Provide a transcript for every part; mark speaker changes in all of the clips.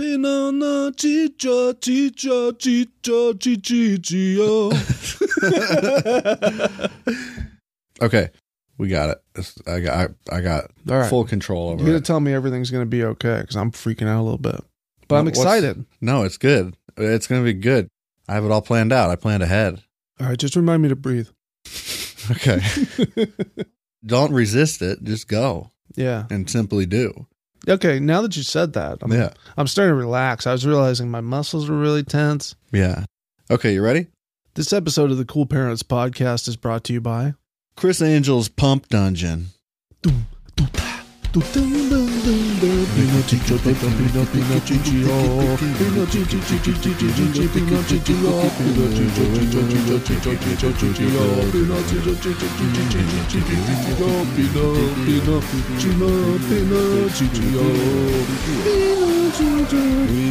Speaker 1: Pino no chicho, chicho, chicho, chichichio.
Speaker 2: Okay, we got it. It's- I got I, I got
Speaker 1: All right.
Speaker 2: full control
Speaker 1: You're
Speaker 2: over
Speaker 1: going to
Speaker 2: it.
Speaker 1: tell me everything's going to be okay because I'm freaking out a little bit. But
Speaker 2: No,
Speaker 1: I'm
Speaker 2: what's-
Speaker 1: excited.
Speaker 2: no, it's good. It's gonna be good. I have it all planned out. I planned ahead.
Speaker 1: All right, just remind me to breathe.
Speaker 2: Okay, don't resist it. Just go
Speaker 1: yeah.
Speaker 2: and simply do.
Speaker 1: Okay, now that you said that, I'm,
Speaker 2: yeah,
Speaker 1: I'm starting to relax. I was realizing my muscles were really tense.
Speaker 2: yeah. Okay, you ready?
Speaker 1: This episode of the Cool Parents Podcast is brought to you by.
Speaker 2: Chris Angel's Pump Dungeon.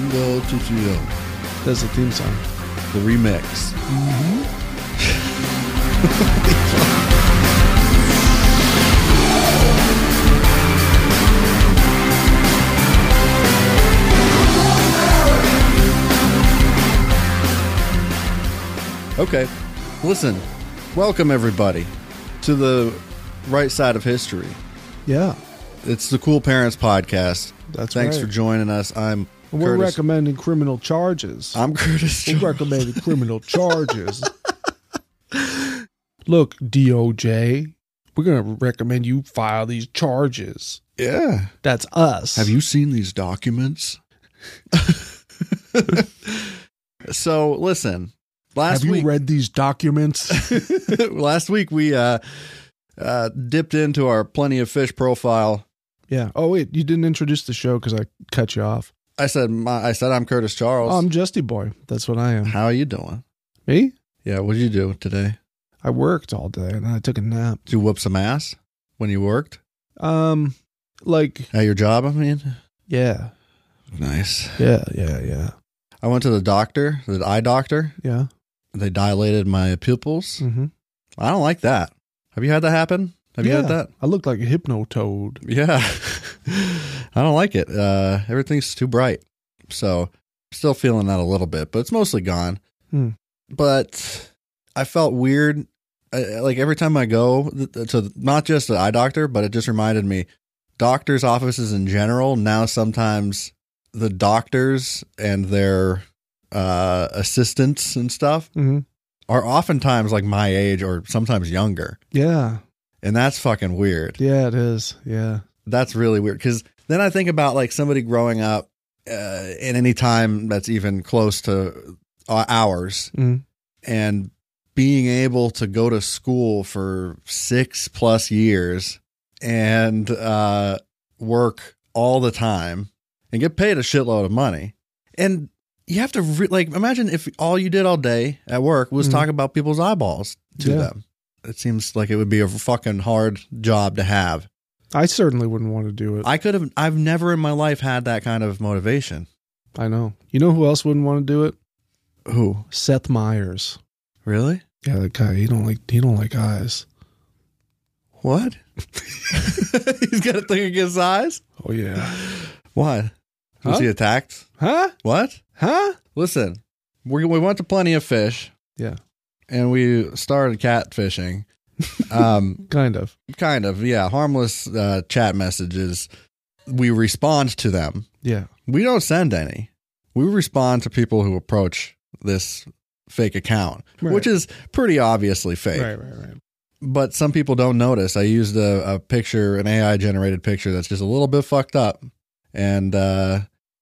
Speaker 2: The
Speaker 1: That's the theme song.
Speaker 2: remix. Mm-hmm. Okay. Listen, welcome everybody to the right side of history.
Speaker 1: Yeah,
Speaker 2: It's the Cool Parents Podcast.
Speaker 1: that's
Speaker 2: Thanks
Speaker 1: right.
Speaker 2: for joining us. I'm
Speaker 1: And We're
Speaker 2: Curtis.
Speaker 1: recommending criminal charges.
Speaker 2: I'm Curtis.
Speaker 1: We're
Speaker 2: Jones.
Speaker 1: recommending criminal charges. Look, DOJ, we're going to recommend you file these charges.
Speaker 2: yeah.
Speaker 1: That's us.
Speaker 2: Have you seen these documents? so listen, last
Speaker 1: Have you
Speaker 2: week,
Speaker 1: read these documents?
Speaker 2: last week we uh, uh, dipped into our plenty of fish profile.
Speaker 1: yeah. Oh wait, you didn't introduce the show because I cut you off.
Speaker 2: I said, my, I said, I'm Curtis Charles.
Speaker 1: Oh, I'm Justy Boy. That's what I am.
Speaker 2: How are you doing?
Speaker 1: Me?
Speaker 2: Yeah, what did you do today?
Speaker 1: I worked all day and I took a nap.
Speaker 2: Did you whoop some ass when you worked
Speaker 1: Um, like
Speaker 2: at your job? I mean,
Speaker 1: yeah,
Speaker 2: nice.
Speaker 1: yeah, yeah, yeah,
Speaker 2: I went to the doctor, the eye doctor.
Speaker 1: yeah.
Speaker 2: They dilated my pupils.
Speaker 1: Mm-hmm.
Speaker 2: I don't like that. Have you had that happen? Have you had that?
Speaker 1: I look like a hypno toad.
Speaker 2: Yeah. I don't like it. Uh, everything's too bright. So still feeling that a little bit, but it's mostly gone.
Speaker 1: Hmm.
Speaker 2: But I felt weird. I, I- like every time I go th- to not just the eye doctor, but it just reminded me doctors' offices in general. Now, sometimes the doctors and their uh, assistants and stuff
Speaker 1: Mm-hmm.
Speaker 2: are oftentimes like my age or sometimes younger.
Speaker 1: Yeah,
Speaker 2: And that's fucking weird
Speaker 1: yeah, it is. Yeah,
Speaker 2: that's really weird because then i think about like somebody growing up uh, in any time that's even close to uh, ours
Speaker 1: Mhm.
Speaker 2: and being able to go to school for six plus years and uh, work all the time and get paid a shitload of money and you have to re- like imagine if all you did all day at work was
Speaker 1: Mhm.
Speaker 2: talk about people's eyeballs to
Speaker 1: Yeah.
Speaker 2: them it seems like it would be a fucking hard job to have
Speaker 1: I certainly wouldn't want to do it.
Speaker 2: I could have. I've never in my life had that kind of motivation.
Speaker 1: I know. You know who else wouldn't want to do it?
Speaker 2: Who?
Speaker 1: Seth Meyers.
Speaker 2: Really?
Speaker 1: Yeah, that guy. He don't like. He don't like eyes.
Speaker 2: What? He's got a thing against eyes.
Speaker 1: Oh yeah.
Speaker 2: What? Was
Speaker 1: Huh?
Speaker 2: he attacked?
Speaker 1: Huh?
Speaker 2: What?
Speaker 1: Huh?
Speaker 2: Listen, we we went to plenty of fish.
Speaker 1: Yeah.
Speaker 2: And we started catfishing. um,
Speaker 1: Kind of.
Speaker 2: kind of. Yeah. Harmless uh, chat messages. We respond to them.
Speaker 1: Yeah.
Speaker 2: We don't send any. We respond to people who approach this fake account,
Speaker 1: Right.
Speaker 2: which is pretty obviously fake.
Speaker 1: Right, right, right.
Speaker 2: but some people don't notice. I used a, a picture, an AI generated picture that's just a little bit fucked up, and uh,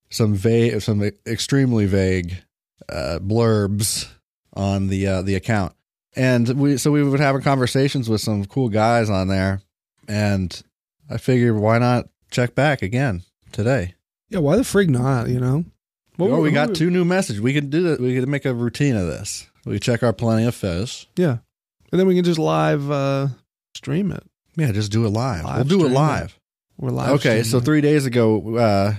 Speaker 2: some vague, some extremely vague uh, blurbs on the uh, the account. And we so we would having conversations with some cool guys on there, and I figured why not check back again today?
Speaker 1: Yeah, why the frig not, you know?
Speaker 2: oh,
Speaker 1: were-
Speaker 2: we
Speaker 1: who
Speaker 2: got
Speaker 1: were-
Speaker 2: two new messages. We could do that. We could make a routine of this. We check our plenty of fish.
Speaker 1: Yeah. And then we can just live uh stream it.
Speaker 2: Yeah, just do it live.
Speaker 1: Live
Speaker 2: we'll do it
Speaker 1: stream it.
Speaker 2: live.
Speaker 1: We're live.
Speaker 2: Okay, so
Speaker 1: streaming
Speaker 2: three days ago, uh,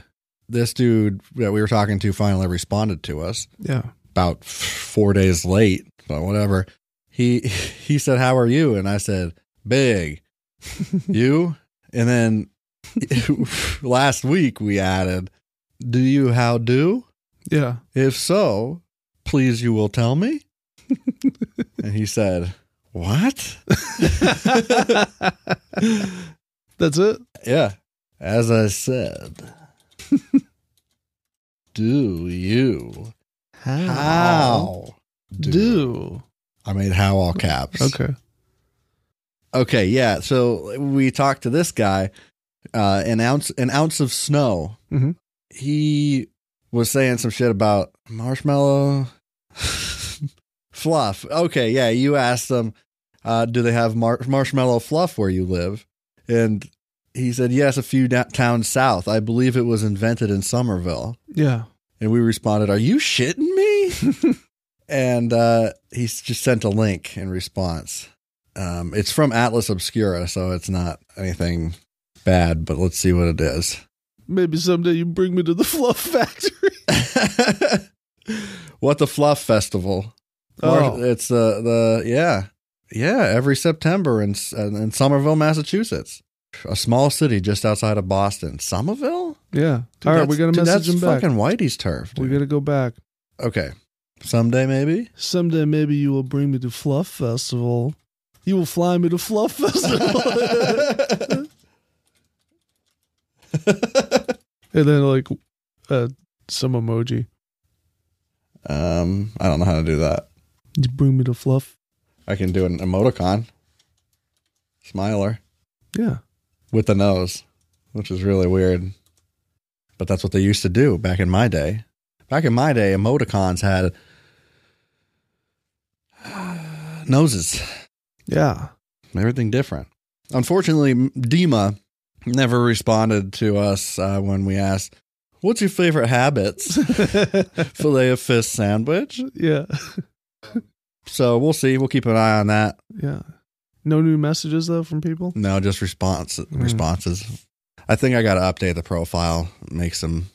Speaker 2: this dude that we were talking to finally responded to us
Speaker 1: it. Yeah.
Speaker 2: about f- four days late, but whatever. He he said, "How are you?" And I said, "Big, you." And then last week we added, Do you how do?
Speaker 1: Yeah.
Speaker 2: If so, please you will tell me. and he said, What?
Speaker 1: That's it.
Speaker 2: Yeah. As I said, do you how
Speaker 1: do?
Speaker 2: I made how all caps.
Speaker 1: Okay.
Speaker 2: Okay, yeah. So we talked to this guy. Uh, an ounce, an ounce of snow.
Speaker 1: Mhm.
Speaker 2: He was saying some shit about marshmallow fluff. Okay, yeah. You asked him, uh, do they have mar- marshmallow fluff where you live? And he said, yes, a few da- towns south. I believe it was invented in Somerville.
Speaker 1: Yeah.
Speaker 2: And we responded, Are you shitting me? and uh, he s- just sent a link in response. Um, it's from Atlas Obscura, so it's not anything bad, but let's see what it is.
Speaker 1: Maybe someday you bring me to the fluff factory.
Speaker 2: what the Fluff Festival.
Speaker 1: Oh.
Speaker 2: Mar- It's uh, the, yeah. Yeah, every September in, S- uh, in Somerville, Massachusetts. A small city just outside of Boston. Somerville?
Speaker 1: yeah.
Speaker 2: Dude,
Speaker 1: All right,
Speaker 2: that's-
Speaker 1: we're gonna
Speaker 2: dude,
Speaker 1: message him
Speaker 2: that's
Speaker 1: back.
Speaker 2: fucking Whitey's turf.
Speaker 1: we
Speaker 2: dude.
Speaker 1: gotta go back
Speaker 2: okay. Someday, maybe?
Speaker 1: someday. Maybe you will bring me to Fluff Festival. You will fly me to Fluff Festival, and then like uh, some emoji.
Speaker 2: um, I don't know how to do that.
Speaker 1: You bring me to Fluff.
Speaker 2: I can do an emoticon, smiler
Speaker 1: Yeah.
Speaker 2: with the nose, which is really weird. But that's what they used to do back in my day. Back in my day, emoticons had noses.
Speaker 1: Yeah.
Speaker 2: everything different. Unfortunately, M- Dima never responded to us uh, when we asked, "What's your favorite habits?" Filet of fish sandwich.
Speaker 1: yeah.
Speaker 2: So we'll see. We'll keep an eye on that.
Speaker 1: Yeah. No new messages though from people.
Speaker 2: No, just response responses. I think I got to update the profile, make some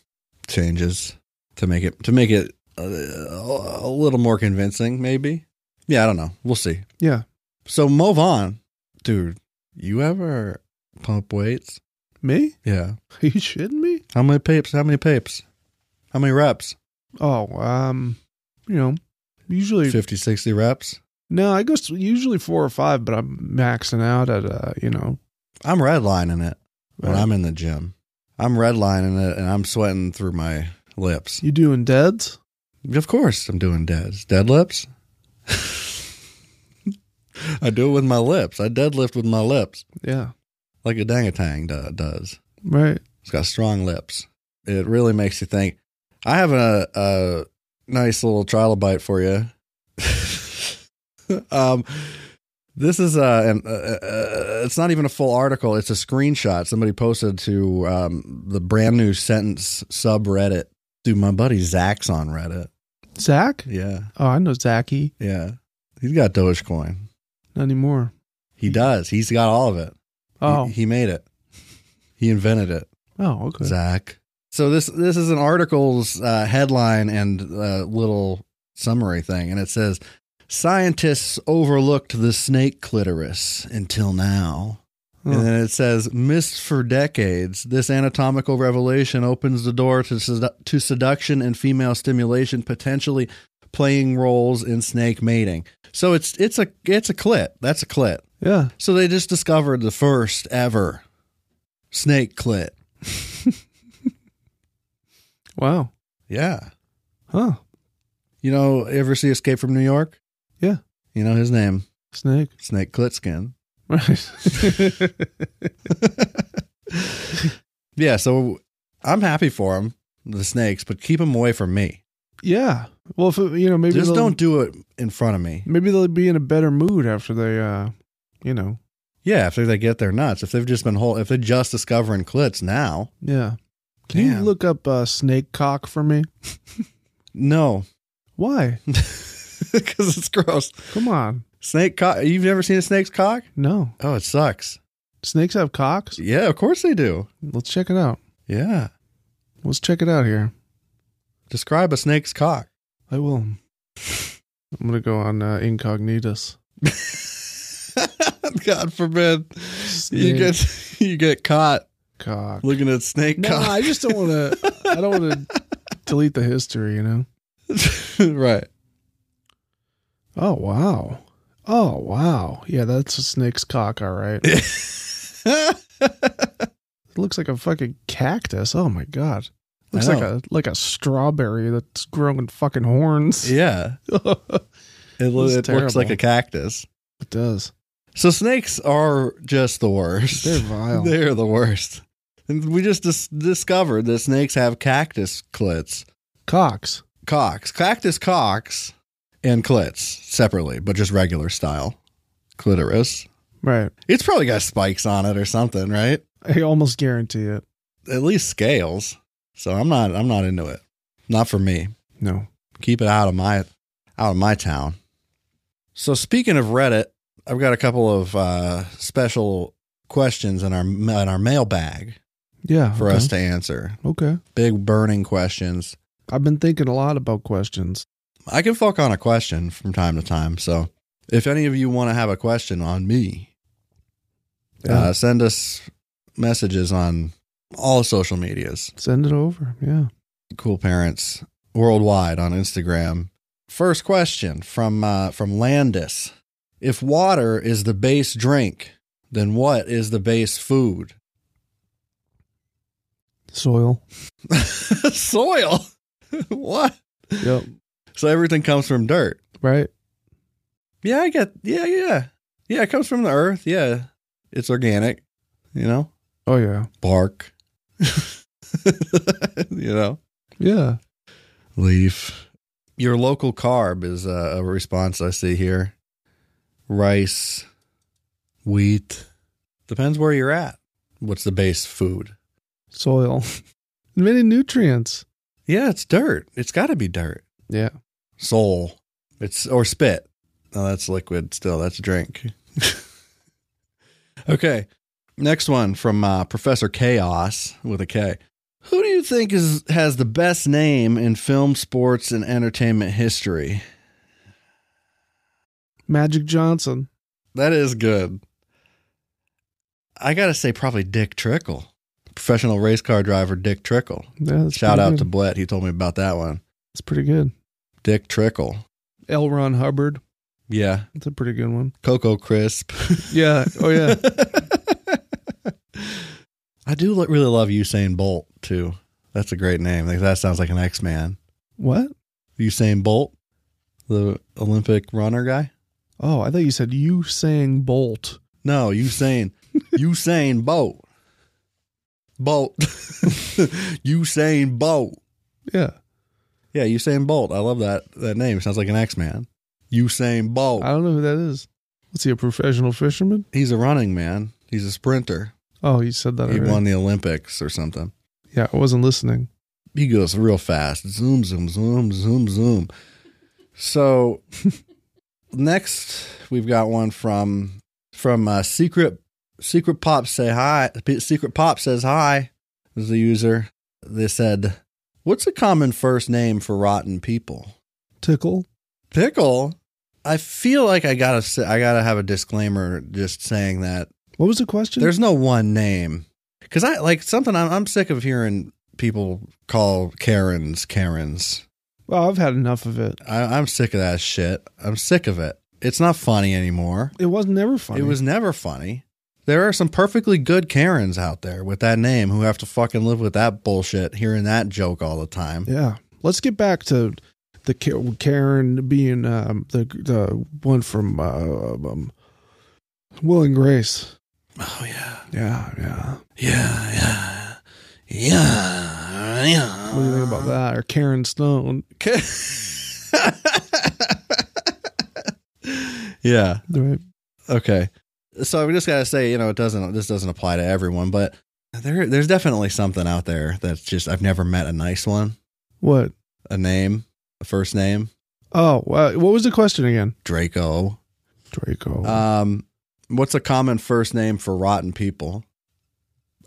Speaker 2: changes to make it to make it uh, a little more convincing. Maybe. Yeah, I don't know. We'll see.
Speaker 1: Yeah.
Speaker 2: So move on, dude. You ever pump weights?
Speaker 1: Me?
Speaker 2: Yeah.
Speaker 1: Are you shitting me?
Speaker 2: How many papes? How many papes? How many reps?
Speaker 1: Oh, um, you know, usually
Speaker 2: 50, 60 reps?
Speaker 1: no, I go s- usually four or five, but I'm maxing out at uh, you know,
Speaker 2: I'm redlining it when
Speaker 1: uh,
Speaker 2: I'm in the gym. I'm redlining it and I'm sweating through my lips.
Speaker 1: you doing deads?
Speaker 2: Of course, I'm doing deads. Deadlifts? I do it with my lips. I deadlift with my lips
Speaker 1: Yeah,
Speaker 2: like a dangatang do- does.
Speaker 1: right.
Speaker 2: It's got strong lips. It really makes you think. I have a, a nice little trilobite for you. um, this is uh, an, uh, uh, it's not even a full article. It's a screenshot somebody posted to um, the brand new sentence subreddit. Dude, my buddy Zach's on Reddit.
Speaker 1: Zach?
Speaker 2: Yeah,
Speaker 1: Oh, I know Zachy.
Speaker 2: yeah. He's got Dogecoin.
Speaker 1: Not anymore.
Speaker 2: He does. He's got all of it. He-
Speaker 1: Oh,
Speaker 2: he made it. He invented it.
Speaker 1: oh, okay.
Speaker 2: Zach. So this this is an article's uh, headline and uh, little summary thing, and it says scientists overlooked the snake clitoris until now.
Speaker 1: Huh.
Speaker 2: And then it says, missed for decades, this anatomical revelation opens the door to, sedu- to seduction and female stimulation, potentially playing roles in snake mating. So it's it's a it's a clit. That's a clit.
Speaker 1: Yeah,
Speaker 2: So they just discovered the first ever snake clit.
Speaker 1: wow,
Speaker 2: Yeah.
Speaker 1: huh?
Speaker 2: You know, ever see Escape from New York?
Speaker 1: Yeah.
Speaker 2: You know his name,
Speaker 1: Snake,
Speaker 2: Snake Klitskin.
Speaker 1: right?
Speaker 2: Yeah, so I'm happy for him, the snakes, but keep them away from me.
Speaker 1: yeah. Well, if it, you know, maybe
Speaker 2: Just
Speaker 1: they'll-
Speaker 2: don't do it in front of me.
Speaker 1: Maybe they'll be in a better mood after they, uh, you know,
Speaker 2: Yeah, if they get their nuts, if they've just been whole, if they're just discovering clits now,
Speaker 1: yeah. Can
Speaker 2: Damn.
Speaker 1: you look up uh, snake cock for me?
Speaker 2: no,
Speaker 1: Why?
Speaker 2: because it's gross.
Speaker 1: Come on.
Speaker 2: Snake cock. You've never seen a snake's cock?
Speaker 1: No.
Speaker 2: Oh, it sucks.
Speaker 1: Snakes have cocks?
Speaker 2: Yeah, of course they do.
Speaker 1: Let's check it out.
Speaker 2: Yeah.
Speaker 1: Let's check it out here.
Speaker 2: Describe a snake's cock.
Speaker 1: I will. I'm going to go on uh, incognitus.
Speaker 2: God forbid. you
Speaker 1: Snake-
Speaker 2: get you get caught
Speaker 1: cock.
Speaker 2: Looking at snake
Speaker 1: No,
Speaker 2: cock.
Speaker 1: I just don't want to. I don't want to delete the history. You know.
Speaker 2: right.
Speaker 1: Oh wow. Oh wow. Yeah, that's a snake's cock. All right. It looks like a fucking cactus. Oh my god. Looks
Speaker 2: I
Speaker 1: like a like a strawberry that's growing fucking horns.
Speaker 2: yeah.
Speaker 1: it
Speaker 2: It, lo-
Speaker 1: That's
Speaker 2: it looks like
Speaker 1: terrible.
Speaker 2: a cactus.
Speaker 1: does.
Speaker 2: So snakes are just the worst.
Speaker 1: They're vile.
Speaker 2: They're the worst. And we just dis- discovered that snakes have cactus clits,
Speaker 1: Cocks.
Speaker 2: cocks, cactus cocks, and clits separately, but just regular style clitoris.
Speaker 1: Right.
Speaker 2: It's probably got spikes on it or something, right?
Speaker 1: I almost guarantee it.
Speaker 2: At least scales. So I'm not. I'm not into it. Not for me.
Speaker 1: No.
Speaker 2: keep it out of my out of my town. So speaking of Reddit, I've got a couple of uh, special questions in our in our mailbag
Speaker 1: Yeah.
Speaker 2: for
Speaker 1: okay.
Speaker 2: us to answer.
Speaker 1: Okay.
Speaker 2: Big burning questions.
Speaker 1: I've been thinking a lot about questions.
Speaker 2: I can fuck on a question from time to time. So if any of you want to have a question on me,
Speaker 1: Yeah.
Speaker 2: uh, send us messages on all social medias.
Speaker 1: Send it over. Yeah.
Speaker 2: Cool parents worldwide on Instagram. First question from uh, from Landis: If water is the base drink, then what is the base food?
Speaker 1: Soil.
Speaker 2: Soil. what?
Speaker 1: Yep.
Speaker 2: So everything comes from dirt.
Speaker 1: right.
Speaker 2: Yeah, I get. Yeah, yeah, yeah. It comes from the earth. Yeah, it's organic. You know,
Speaker 1: Oh yeah.
Speaker 2: bark. you know,
Speaker 1: Yeah.
Speaker 2: leaf. Your local carb is a, a response I see here. Rice, wheat. Depends where you're at. What's the base food?
Speaker 1: Soil. Many nutrients.
Speaker 2: Yeah, it's dirt. It's got to be dirt.
Speaker 1: Yeah.
Speaker 2: Soul. It's or spit. No, that's liquid still. That's a drink. okay. Next one from uh, Professor Chaos with a K. Who do you think is has the best name in film, sports, and entertainment history?
Speaker 1: Magic Johnson.
Speaker 2: That is good. I gotta say, probably Dick Trickle, professional race car driver Dick Trickle.
Speaker 1: Yeah, that's
Speaker 2: Shout
Speaker 1: pretty
Speaker 2: out
Speaker 1: good.
Speaker 2: to Blett. He told me about that one.
Speaker 1: That's pretty good.
Speaker 2: Dick Trickle.
Speaker 1: L. Ron Hubbard.
Speaker 2: Yeah.
Speaker 1: That's a pretty good one.
Speaker 2: Coco Crisp.
Speaker 1: Yeah. Oh yeah.
Speaker 2: I do lo- really love Usain Bolt too. That's a great name. Like, that sounds like an X Man.
Speaker 1: what?
Speaker 2: Usain Bolt, the Olympic runner guy.
Speaker 1: Oh, I thought you said you sang Bolt.
Speaker 2: No, Usain. Usain Bolt. Bolt. Usain Bolt.
Speaker 1: Yeah.
Speaker 2: Yeah, Usain Bolt. I love that that name. Sounds like an X Man. Usain Bolt.
Speaker 1: I don't know who that is. Was he a professional fisherman?
Speaker 2: He's a running man. He's a sprinter.
Speaker 1: Oh, you said that.
Speaker 2: He
Speaker 1: already.
Speaker 2: won the Olympics or something.
Speaker 1: Yeah, I wasn't listening.
Speaker 2: He goes real fast. Zoom, zoom, zoom, zoom, zoom. So next we've got one from from uh, secret secret pop say hi. Secret pop says hi. Is the user? They said, "What's a common first name for rotten people?"
Speaker 1: Tickle.
Speaker 2: pickle i feel like i gotta say i gotta have a disclaimer just saying that
Speaker 1: What was the question?
Speaker 2: there's no one name because i like something I'm, I'm sick of hearing people call karens karens
Speaker 1: well, Oh, I've had enough of it.
Speaker 2: I, i'm sick of that shit i'm sick of it it's not funny anymore
Speaker 1: It was never funny.
Speaker 2: it was never funny there are some perfectly good karens out there with that name who have to fucking live with that bullshit hearing that joke all the time
Speaker 1: Yeah. Let's get back to the Ka- Karen being um, the the one from uh, um, Will and Grace.
Speaker 2: oh yeah
Speaker 1: Yeah, yeah.
Speaker 2: yeah yeah yeah yeah
Speaker 1: What do you think about that? Or Karen Stone.
Speaker 2: Okay. yeah.
Speaker 1: Right.
Speaker 2: Okay. So we just gotta say, you know, it doesn't. This doesn't apply to everyone, but there, there's definitely something out there that's just I've never met a nice one,
Speaker 1: What?
Speaker 2: a name, a first name,
Speaker 1: Oh, uh, what was the question again?
Speaker 2: Draco.
Speaker 1: Draco.
Speaker 2: Um, what's a common first name for rotten people?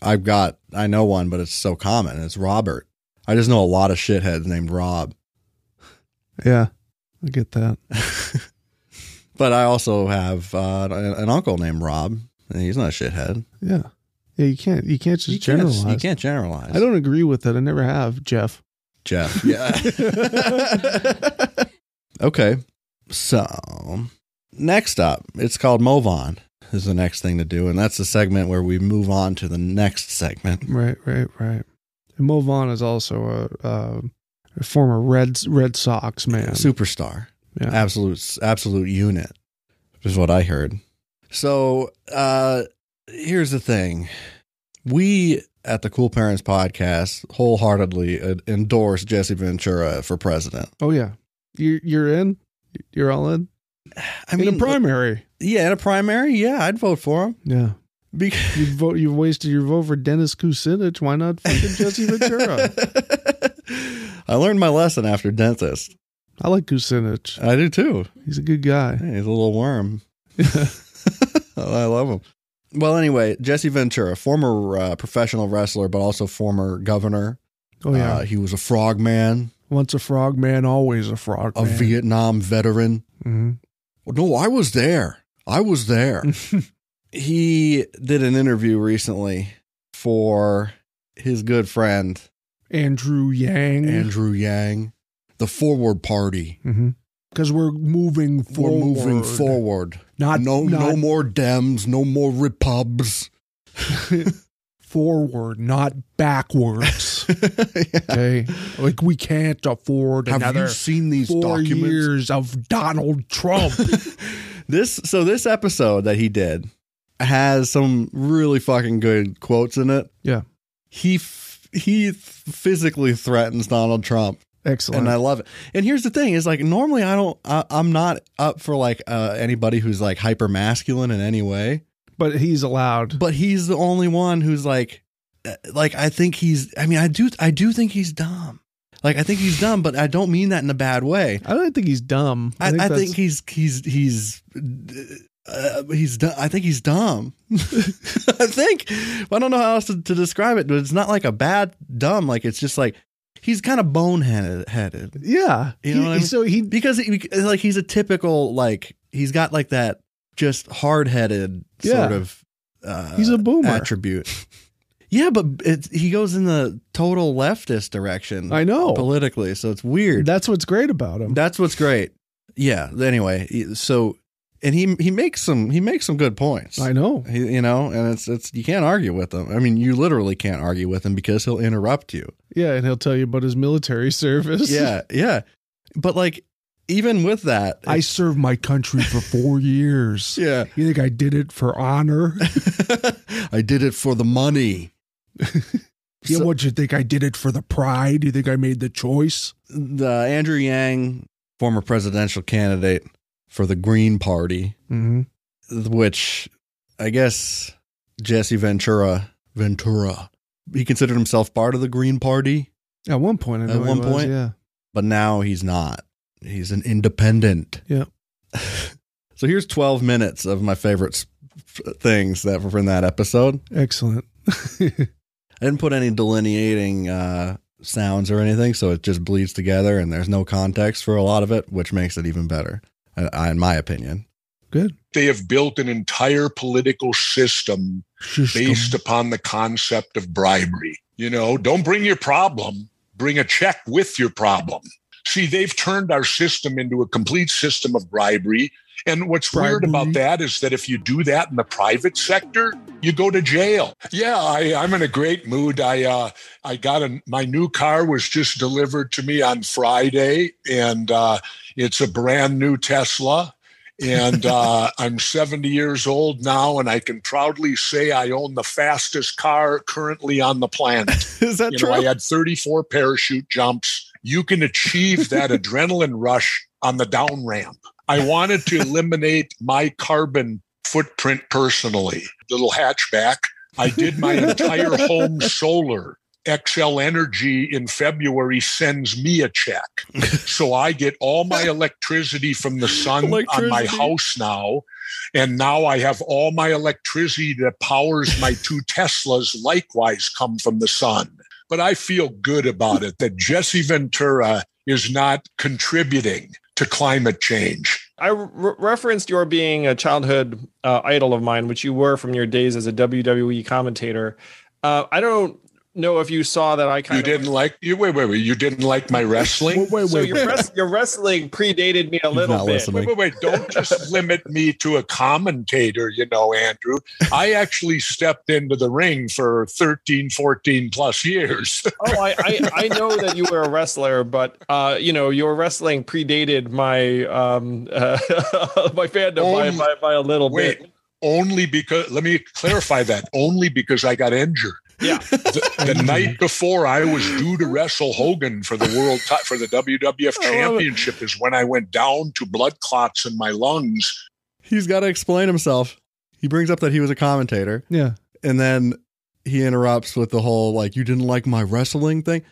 Speaker 2: I've got, I know one, but it's so common. It's Robert. I just know a lot of shitheads named Rob.
Speaker 1: yeah, I get that.
Speaker 2: But I also have uh, an an uncle named Rob, and he's not a shithead.
Speaker 1: Yeah. Yeah, you can't. You can't just
Speaker 2: You can't,
Speaker 1: generalize.
Speaker 2: you can't generalize.
Speaker 1: I don't agree with that. I never have, Jeff.
Speaker 2: Jeff. Yeah. okay. So next up, it's called Move On is the next thing to do. And that's the segment where we move on to the next segment.
Speaker 1: Right, right, right. And Mo Vaughn is also a, uh, a former Red Red Sox man.
Speaker 2: Superstar.
Speaker 1: Yeah.
Speaker 2: Absolute absolute unit. Is what I heard. So uh here's the thing. We at the Cool Parents podcast wholeheartedly uh, endorse Jesse Ventura for president.
Speaker 1: Oh yeah, you're you're in. You're all in.
Speaker 2: I mean,
Speaker 1: in a primary.
Speaker 2: yeah, in a primary, yeah, I'd vote for him.
Speaker 1: Yeah,
Speaker 2: Because
Speaker 1: you vote. You've wasted your vote for Dennis Kucinich. Why not fucking Jesse Ventura?
Speaker 2: I learned my lesson after dentist.
Speaker 1: I like Kucinich.
Speaker 2: I do too.
Speaker 1: He's a good guy.
Speaker 2: Hey, he's a little worm. I love him. Well, anyway, Jesse Ventura, former uh, professional wrestler, but also former governor.
Speaker 1: Oh yeah.
Speaker 2: Uh, he was a frogman,
Speaker 1: Once a frog man, always a frog
Speaker 2: a
Speaker 1: man.
Speaker 2: Vietnam veteran.
Speaker 1: Mhm.
Speaker 2: No, I was there. I was there. he did an interview recently for his good friend,
Speaker 1: Andrew Yang.
Speaker 2: Andrew Yang, the Forward Party.
Speaker 1: Mm-hmm. Because we're moving forward.
Speaker 2: We're moving forward.
Speaker 1: Not
Speaker 2: no,
Speaker 1: not
Speaker 2: no more Dems, no more Repubs.
Speaker 1: forward, not backwards. Okay, like we can't afford
Speaker 2: Have
Speaker 1: another
Speaker 2: you seen these
Speaker 1: four
Speaker 2: documents?
Speaker 1: years of Donald Trump.
Speaker 2: This so this episode that he did has some really fucking good quotes in it.
Speaker 1: Yeah.
Speaker 2: he f- he th- physically threatens Donald Trump,
Speaker 1: Excellent.
Speaker 2: and I love it. And here's the thing: is like normally I don't, I, I'm not up for like uh, anybody who's like hyper masculine in any way.
Speaker 1: but he's allowed.
Speaker 2: but he's the only one who's like uh, like I think he's I mean I do I do think he's dumb. Like I think he's dumb, but I don't mean that in a bad way.
Speaker 1: I don't think he's dumb.
Speaker 2: I, I, think,
Speaker 1: that's-
Speaker 2: he's he's he's uh, he's du- I think he's dumb. I think I don't know how else to, to describe it, but it's not like a bad dumb. Like it's just like he's kind of boneheaded headed
Speaker 1: yeah.
Speaker 2: You know
Speaker 1: He-
Speaker 2: what I mean?
Speaker 1: So he
Speaker 2: because he, like he's a typical like he's got like that just hard headed sort
Speaker 1: Yeah.
Speaker 2: of uh,
Speaker 1: he's a boomer.
Speaker 2: attribute. Yeah, but it's, he goes in the total leftist direction
Speaker 1: I know.
Speaker 2: politically, so it's weird.
Speaker 1: That's what's great about him.
Speaker 2: That's what's great. Yeah. Anyway, so and he he makes some he makes some good points.
Speaker 1: I know.
Speaker 2: He, you know, and it's it's you can't argue with him. I mean, you literally can't argue with him because he'll interrupt you.
Speaker 1: Yeah, and he'll tell you about his military service.
Speaker 2: yeah, yeah. But like even with that,
Speaker 1: I
Speaker 2: it's-
Speaker 1: served my country for four years.
Speaker 2: yeah,
Speaker 1: You think I did it for honor?
Speaker 2: I did it for the money.
Speaker 1: Yeah,
Speaker 2: So-
Speaker 1: what you think I did it for the pride? You think I made the choice?
Speaker 2: the Andrew Yang, former presidential candidate for the Green Party,
Speaker 1: Mm-hmm.
Speaker 2: which I guess Jesse Ventura, Ventura, he considered himself part of the Green Party,
Speaker 1: At one point, I
Speaker 2: At
Speaker 1: know he
Speaker 2: one
Speaker 1: was,
Speaker 2: point?
Speaker 1: yeah,
Speaker 2: but now he's not. He's an independent.
Speaker 1: Yeah.
Speaker 2: so here's 12 minutes of my favorite s- f- things that were from that episode.
Speaker 1: excellent.
Speaker 2: I didn't put any delineating uh, sounds or anything, so it just bleeds together, and there's no context for a lot of it, which makes it even better, I- I- in my opinion.
Speaker 1: Good.
Speaker 3: they have built an entire political system based upon the concept of bribery. You know, don't bring your problem, bring a check with your problem. See, they've turned our system into a complete system of bribery. And what's weird
Speaker 1: Bribery.
Speaker 3: about that is that if you do that in the private sector, you go to jail. Yeah, I, I'm in a great mood. I uh, I got a my new car was just delivered to me on Friday, and uh, it's a brand new Tesla and uh, I'm 70 years old now, and I can proudly say I own the fastest car currently on the planet.
Speaker 2: Is that
Speaker 3: You know, I had 34 parachute jumps. You can achieve that adrenaline rush on the down ramp. I wanted to eliminate my carbon footprint personally. Little hatchback. I did my entire home solar. XL Energy in February sends me a check. So I get all my electricity from the sun on my
Speaker 2: Electricity.
Speaker 3: house now. And now I have all my electricity that powers my two Teslas, likewise, come from the sun. But I feel good about it that Jesse Ventura is not contributing to climate change.
Speaker 4: I re- referenced your being a childhood uh, idol of mine, which you were from your days as a WWE commentator. Uh, I don't know if you saw that I kind
Speaker 3: You
Speaker 4: of
Speaker 3: didn't like you wait, wait, wait. You didn't like my wrestling?
Speaker 1: Wait, wait,
Speaker 4: so
Speaker 1: wait.
Speaker 4: your, res- your wrestling predated me a little
Speaker 2: not
Speaker 4: bit.
Speaker 2: listening.
Speaker 3: Wait, wait, wait. Don't just limit me to a commentator, you know, Andrew. I actually stepped into the ring for 13, 14 plus years.
Speaker 4: Oh, I, I, I know that you were a wrestler, but uh, you know your wrestling predated my um uh, my fandom by,
Speaker 3: Only-
Speaker 4: by, by a little
Speaker 3: Wait,
Speaker 4: bit.
Speaker 3: only because, let me clarify that, only because I got injured.
Speaker 4: Yeah.
Speaker 3: The, the night before I was due to wrestle Hogan for the world, ti- for the WWF
Speaker 2: Oh, I love it.
Speaker 3: championship is when I went down to blood clots in my lungs.
Speaker 2: He's got to explain himself. He brings up that he was a commentator,
Speaker 1: Yeah.
Speaker 2: and then he interrupts with the whole like you didn't like my wrestling thing.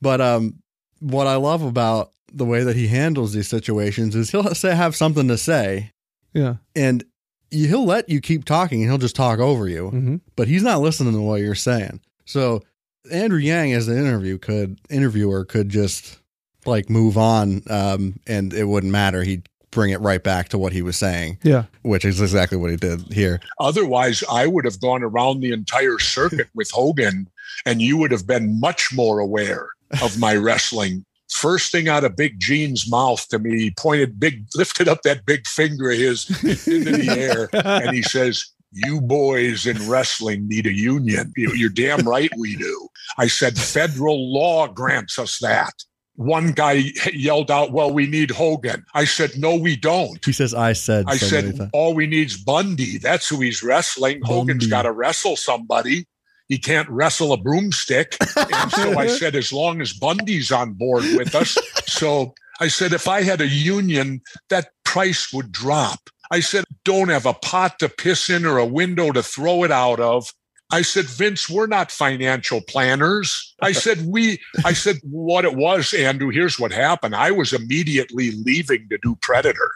Speaker 2: But um, what I love about the way that he handles these situations is he'll say have something to say,
Speaker 1: Yeah.
Speaker 2: and you- he'll let you keep talking, and he'll just talk over you.
Speaker 1: Mm-hmm.
Speaker 2: but he's not listening to what you're saying. So Andrew Yang, as an interview could interviewer, could just like move on, um, and it wouldn't matter. He'd bring it right back to what he was saying,
Speaker 1: Yeah.
Speaker 2: which is exactly what he did here.
Speaker 3: Otherwise, I would have gone around the entire circuit with Hogan, and you would have been much more aware of my wrestling. First thing out of Big Gene's mouth to me, he pointed big, lifted up that big finger of his into the air, and he says, "You boys in wrestling need a union. You- You're damn right we do." I said, "Federal law grants us that." One guy yelled out, "Well, we need Hogan." I said, "No, we don't."
Speaker 2: He says, "I said."
Speaker 3: I
Speaker 2: so many
Speaker 3: said,
Speaker 2: times."
Speaker 3: all we need's Bundy. That's who he's wrestling. Hogan's
Speaker 2: Bundy.
Speaker 3: got to wrestle somebody. He can't wrestle a broomstick. And so I said, as long as Bundy's on board with us. So I said, if I had a union, that price would drop. I said, don't have a pot to piss in or a window to throw it out of. I said, Vince, we're not financial planners. I said, we, I said, what it was, Andrew, here's what happened. I was immediately leaving to do Predator.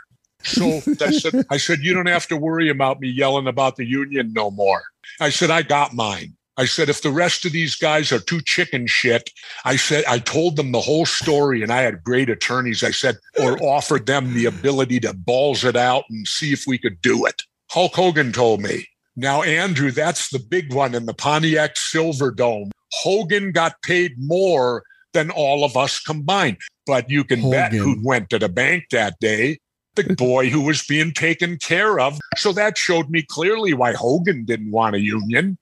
Speaker 3: So I said, I said, you don't have to worry about me yelling about the union no more. I said, I got mine. I said, if the rest of these guys are too chicken shit, I said, I told them the whole story and I had great attorneys. I said, or offered them the ability to balls it out and see if we could do it. Hulk Hogan told me. Now, Andrew, that's the big one in the Pontiac Silverdome. Hogan got paid more than all of us combined. But you can bet
Speaker 2: Hogan.
Speaker 3: who went to the bank that day the boy who was being taken care of. So that showed me clearly why Hogan didn't want a union.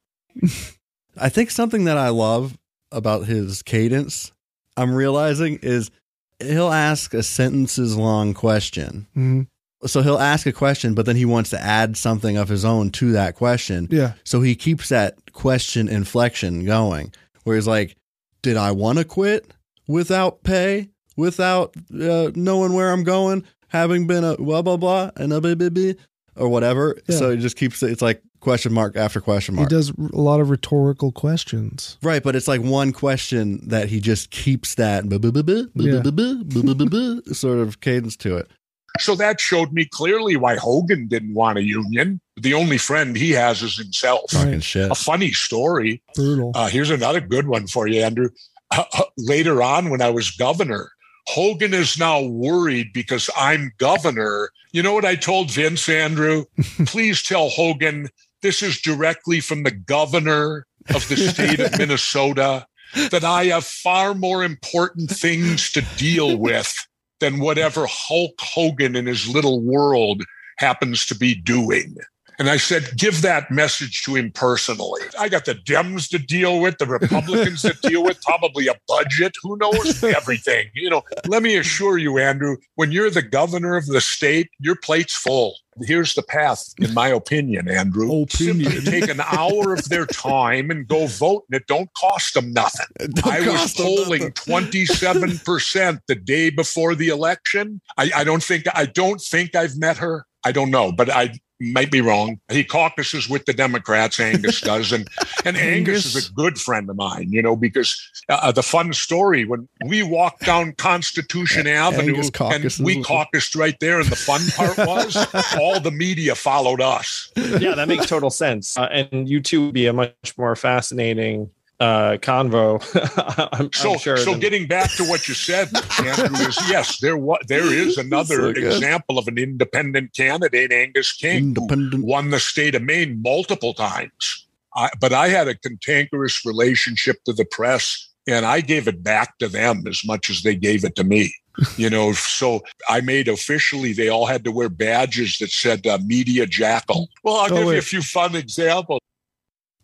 Speaker 2: I think something that I love about his cadence, I'm realizing, is he'll ask a sentences long question.
Speaker 1: Mm-hmm.
Speaker 2: So he'll ask a question, but then he wants to add something of his own to that question.
Speaker 1: Yeah.
Speaker 2: So he keeps that question inflection going, where he's like, "Did I want to quit without pay, without uh, knowing where I'm going, having been a blah blah blah and a blah blah blah or whatever?"
Speaker 1: Yeah.
Speaker 2: So he just keeps it's like question mark after question
Speaker 1: He
Speaker 2: mark,
Speaker 1: does a lot of rhetorical questions.
Speaker 2: right? But it's like one question that he just keeps that blah, blah, blah, blah, blah,
Speaker 1: Yeah.
Speaker 2: blah, blah, blah, blah, blah, blah, sort of cadence to it.
Speaker 3: So that showed me clearly why Hogan didn't want a union. The only friend he has is himself.
Speaker 1: Right.
Speaker 2: Fucking shit.
Speaker 3: A funny story.
Speaker 1: Brutal.
Speaker 3: Uh, here's another good one for you, Andrew. Uh, later on, when I was governor, Hogan is now worried because I'm governor. You know what I told Vince, Andrew? Please tell Hogan this is directly from the governor of the state of Minnesota that I have far more important things to deal with than whatever Hulk Hogan in his little world happens to be doing. And I said, give that message to him personally. I got the Dems to deal with, the Republicans to deal with, probably a budget, who knows everything. You know, let me assure you, Andrew, when you're the governor of the state, your plate's full. Here's the path, in my opinion, Andrew.
Speaker 2: Opinion.
Speaker 3: Simply take an hour of their time and go vote, and it don't cost them nothing. I was polling twenty seven percent the day before the election. I, I don't think I don't think I've met her. I don't know, but I might be wrong. He caucuses with the Democrats. Angus does, and and Angus,
Speaker 1: Angus.
Speaker 3: is a good friend of mine. You know because uh, the fun story when we walked down Constitution Avenue
Speaker 2: Angus
Speaker 3: and
Speaker 2: caucuses
Speaker 3: we
Speaker 2: with-
Speaker 3: caucused right there, and the fun part was all the media followed us.
Speaker 4: yeah, that makes total sense. Uh, and you two would be a much more fascinating uh, convo. I'm, I'm
Speaker 3: So,
Speaker 4: sure
Speaker 3: so
Speaker 4: that-
Speaker 3: getting back to what you said, Andrew, is yes, there was there is
Speaker 2: So
Speaker 3: another
Speaker 2: good.
Speaker 3: example of an independent candidate, Angus King, who
Speaker 2: Independent.
Speaker 3: won the state of Maine multiple times. I, but I had a cantankerous relationship to the press, and I gave it back to them as much as they gave it to me. You know, so I made officially they all had to wear badges that said uh, "Media Jackal." Well, I'll
Speaker 1: Oh,
Speaker 3: give
Speaker 1: wait.
Speaker 3: you a few fun examples.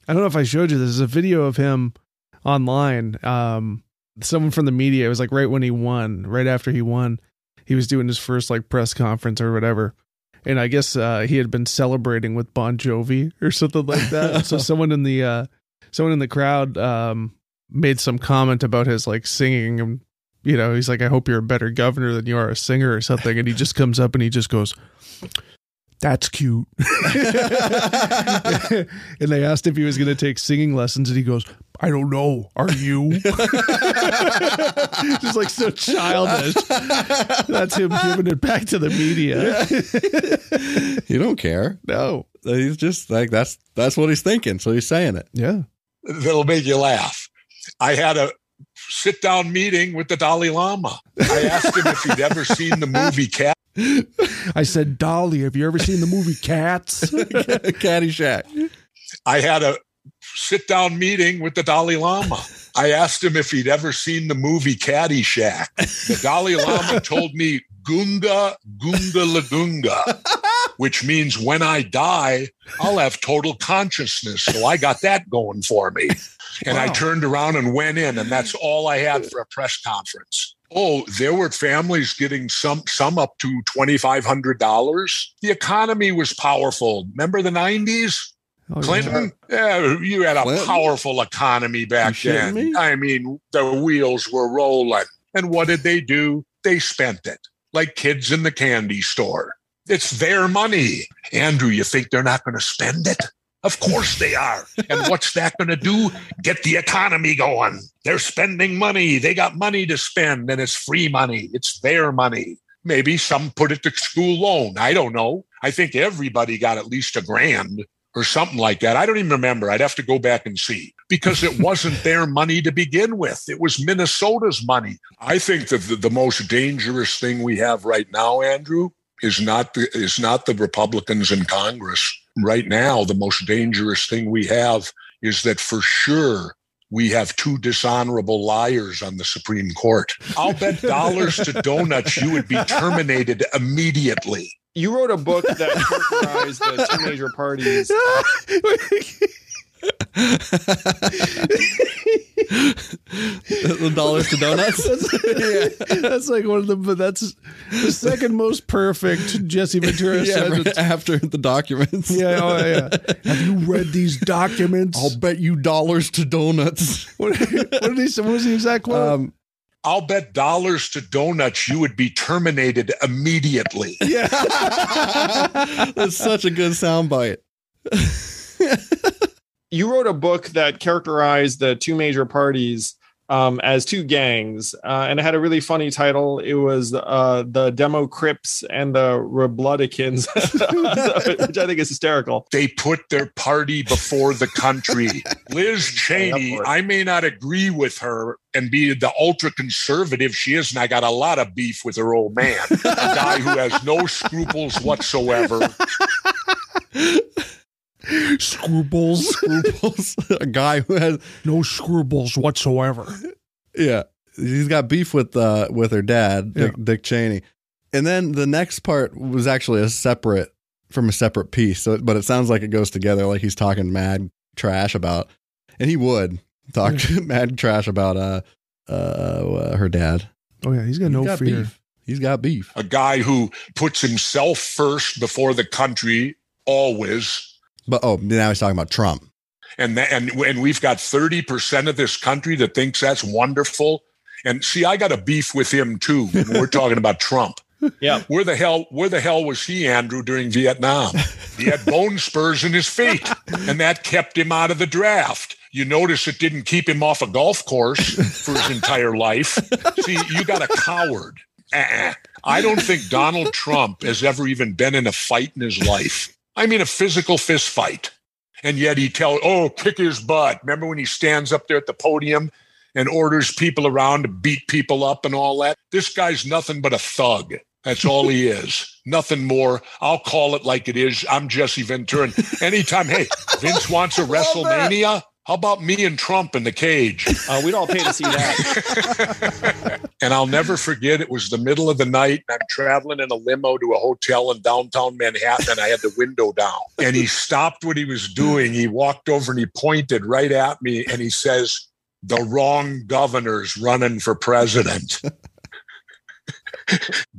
Speaker 1: I don't know if I showed you this. There's a video of him online. Um, someone from the media. It was like right when he won, right after he won. He was doing his first like press conference or whatever, and I guess uh, he had been celebrating with Bon Jovi or something like that. so someone in the uh, someone in the crowd um, made some comment about his like singing and you know he's like, I hope you're a better governor than you are a singer or something. And he just comes up and he just goes, "That's cute." and they asked if he was going to take singing lessons, and he goes, "I don't know. Are you?" Just like so childish. That's him giving it back to the media.
Speaker 2: you don't care.
Speaker 1: No.
Speaker 2: He's just like that's that's what he's thinking, so he's saying it.
Speaker 1: Yeah.
Speaker 3: that'll make you laugh. I had a sit down meeting with the Dalai Lama. I asked him if he'd ever seen the movie Cat.
Speaker 1: I said, "Dolly, have you ever seen the movie Cats?" Oh,
Speaker 2: Caddyshack.
Speaker 3: I had a sit down meeting with the Dalai Lama. I asked him if he'd ever seen the movie Caddyshack. The Dalai Lama told me Gunga Gunga Lagunga, which means when I die, I'll have total consciousness. So I got that going for me. And I
Speaker 1: Wow.
Speaker 3: turned around and went in, and that's all I had for a press conference. Oh, there were families getting some some up to twenty five hundred dollars. The economy was powerful. Remember the nineties?
Speaker 1: Oh,
Speaker 3: Clinton, yeah, you had a
Speaker 2: Clinton?
Speaker 3: powerful economy back
Speaker 2: You shitting
Speaker 3: then.
Speaker 2: me?
Speaker 3: I mean, the wheels were rolling. And what did they do? They spent it like kids in the candy store. It's their money. Andrew, you think they're not going to spend it? Of course they are. And what's that going to do? Get the economy going. They're spending money. They got money to spend, and it's free money. It's their money. Maybe some put it to school loan. I don't know. I think everybody got at least a grand or something like that. I don't even remember. I'd have to go back and see because it wasn't their money to begin with. It was Minnesota's money. I think that the, the most dangerous thing we have right now, Andrew, is not the, is not the Republicans in Congress. Right now, the most dangerous thing we have is that for sure we have two dishonorable liars on the Supreme Court. I'll bet dollars to donuts you would be terminated immediately.
Speaker 4: you wrote a book that characterized the two major parties.
Speaker 2: the dollars to donuts.
Speaker 1: That's like one of the. But that's the second most perfect Jesse Ventura
Speaker 2: yeah,
Speaker 1: sentence.
Speaker 2: right after the documents.
Speaker 1: Yeah, oh, yeah. Have you read these documents?
Speaker 2: I'll bet you dollars to donuts.
Speaker 1: what, what did he say? What was the exact quote?
Speaker 2: Um,
Speaker 3: I'll bet dollars to donuts you would be terminated immediately.
Speaker 1: yeah.
Speaker 2: that's such a good soundbite.
Speaker 4: you wrote a book that characterized the two major parties um, as two gangs, uh, and it had a really funny title. It was uh, the Demo Crips and the Rebloodicans, which I think is hysterical.
Speaker 3: They put their party before the country. Liz Cheney, I may not agree with her and be the ultra conservative she is, and I got a lot of beef with her old man, a guy who has no scruples whatsoever.
Speaker 1: Scruples.
Speaker 2: Scruples. a guy who has
Speaker 1: No scruples whatsoever.
Speaker 2: yeah, he's got beef with uh with her dad, Dick, Dick Cheney, and then the next part was actually a separate from a separate piece. So, but it sounds like it goes together. Like he's talking mad trash about, and he would talk mad trash about uh uh, uh her dad.
Speaker 1: Oh yeah, he's got no
Speaker 2: He's got
Speaker 1: fear.
Speaker 2: Beef. He's got beef.
Speaker 3: A guy who puts himself first before the country always.
Speaker 2: But oh, now he's talking about Trump.
Speaker 3: and that, and and we've got 30% of this country that thinks that's wonderful and see i got a beef with him too when we're talking about trump
Speaker 4: Yeah.
Speaker 3: where the hell where the hell was he andrew during vietnam he had bone spurs in his feet and that kept him out of the draft you notice it didn't keep him off a golf course for his entire life see you got a coward Uh-uh. i don't think donald trump has ever even been in a fight in his life i mean a physical fist fight And yet he tells, oh, kick his butt. Remember when he stands up there at the podium and orders people around to beat people up and all that? This guy's nothing but a thug. That's all he is. Nothing more. I'll call it like it is. I'm Jesse Ventura. And anytime, hey, Vince wants a WrestleMania. How about me and Trump in the cage?
Speaker 4: Uh, we'd all pay to see that.
Speaker 3: And I'll never forget, it was the middle of the night, and I'm traveling in a limo to a hotel in downtown Manhattan, and I had the window down. And he stopped what he was doing. He walked over and he pointed right at me, and he says, The wrong governor's running for president.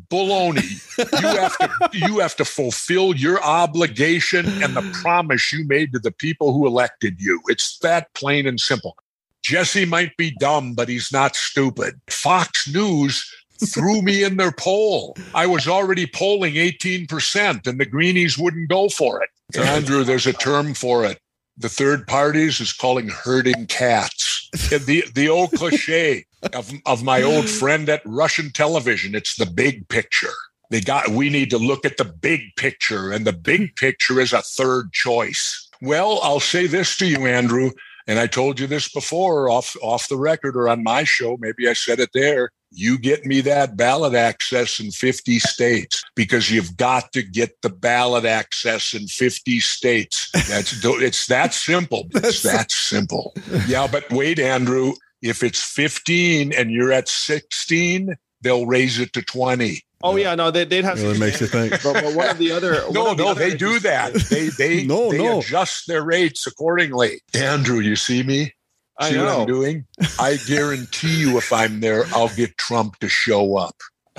Speaker 3: Baloney. You have to you have to fulfill your obligation and the promise you made to the people who elected you. It's that plain and simple. Jesse might be dumb, but he's not stupid. Fox News threw me in their poll. I was already polling 18%, and the Greenies wouldn't go for it. Andrew, there's a term for it. The third parties is calling herding cats. The, the old cliche of, of my old friend at Russian television, it's the big picture. They got, we need to look at the big picture, and the big picture is a third choice. Well, I'll say this to you, Andrew and I told you this before off off the record or on my show, maybe I said it there. You get me that ballot access in 50 states because you've got to get the ballot access in 50 states. That's it's that simple. It's that simple. Yeah, but wait, Andrew, if it's 15 and you're at 16, they'll raise it to 20.
Speaker 4: Oh yeah, no, they, they'd have.
Speaker 2: really makes you think.
Speaker 4: But, but one of the other. one
Speaker 3: No,
Speaker 4: of the
Speaker 3: no,
Speaker 4: other
Speaker 3: they do that. They they
Speaker 2: No,
Speaker 3: they
Speaker 2: no.
Speaker 3: adjust their rates accordingly. Andrew, you see me?
Speaker 4: I
Speaker 3: See what
Speaker 4: know.
Speaker 3: I'm doing? I guarantee you, if I'm there, I'll get Trump to show up.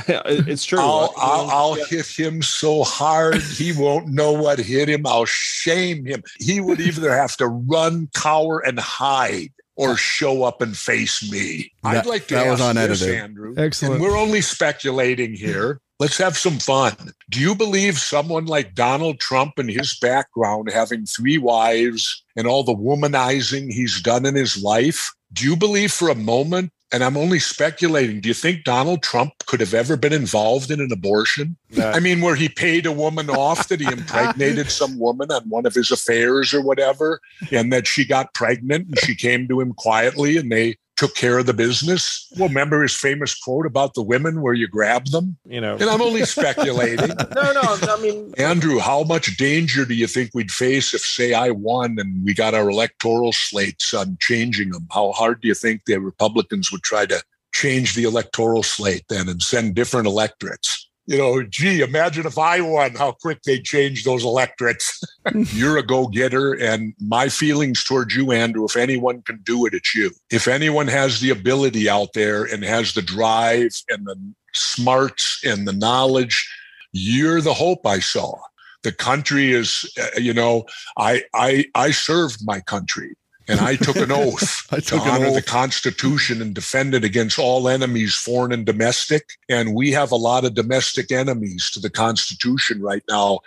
Speaker 4: Yeah, it- it's true.
Speaker 3: I'll,
Speaker 4: Uh,
Speaker 3: I'll, I'll
Speaker 4: yeah.
Speaker 3: hit him so hard he won't know what hit him. I'll shame him. He would either have to run, cower, and hide, or show up and face me. I'd
Speaker 2: That-
Speaker 3: like to
Speaker 2: that was
Speaker 3: ask this,
Speaker 2: unedited.
Speaker 3: Andrew. And
Speaker 1: Excellent.
Speaker 3: we're only speculating here. Let's have some fun. Do you believe someone like Donald Trump and his background, having three wives and all the womanizing he's done in his life, do you believe for a moment, and I'm only speculating, do you think Donald Trump could have ever been involved in an abortion?
Speaker 4: No.
Speaker 3: I mean, where he paid a woman off that he impregnated some woman on one of his affairs or whatever, and that she got pregnant and she came to him quietly and they took care of the business. Well, remember his famous quote about the women where you grab them?
Speaker 4: you know.
Speaker 3: And I'm only speculating.
Speaker 4: No, no, I mean,
Speaker 3: Andrew, how much danger do you think we'd face if, say, I won and we got our electoral slates on changing them? How hard do you think the Republicans would try to change the electoral slate then and send different electorates? You know, gee, imagine if I won, how quick they'd change those electorates. You're a go getter. And my feelings towards you, Andrew, if anyone can do it, it's you. If anyone has the ability out there and has the drive and the smarts and the knowledge you're the hope I saw. The country is, uh, you know, I I I served my country and I took an oath
Speaker 2: I
Speaker 3: to
Speaker 2: took an
Speaker 3: honor the
Speaker 2: oath.
Speaker 3: Constitution and defend it against all enemies, foreign and domestic. And we have a lot of domestic enemies to the Constitution right now.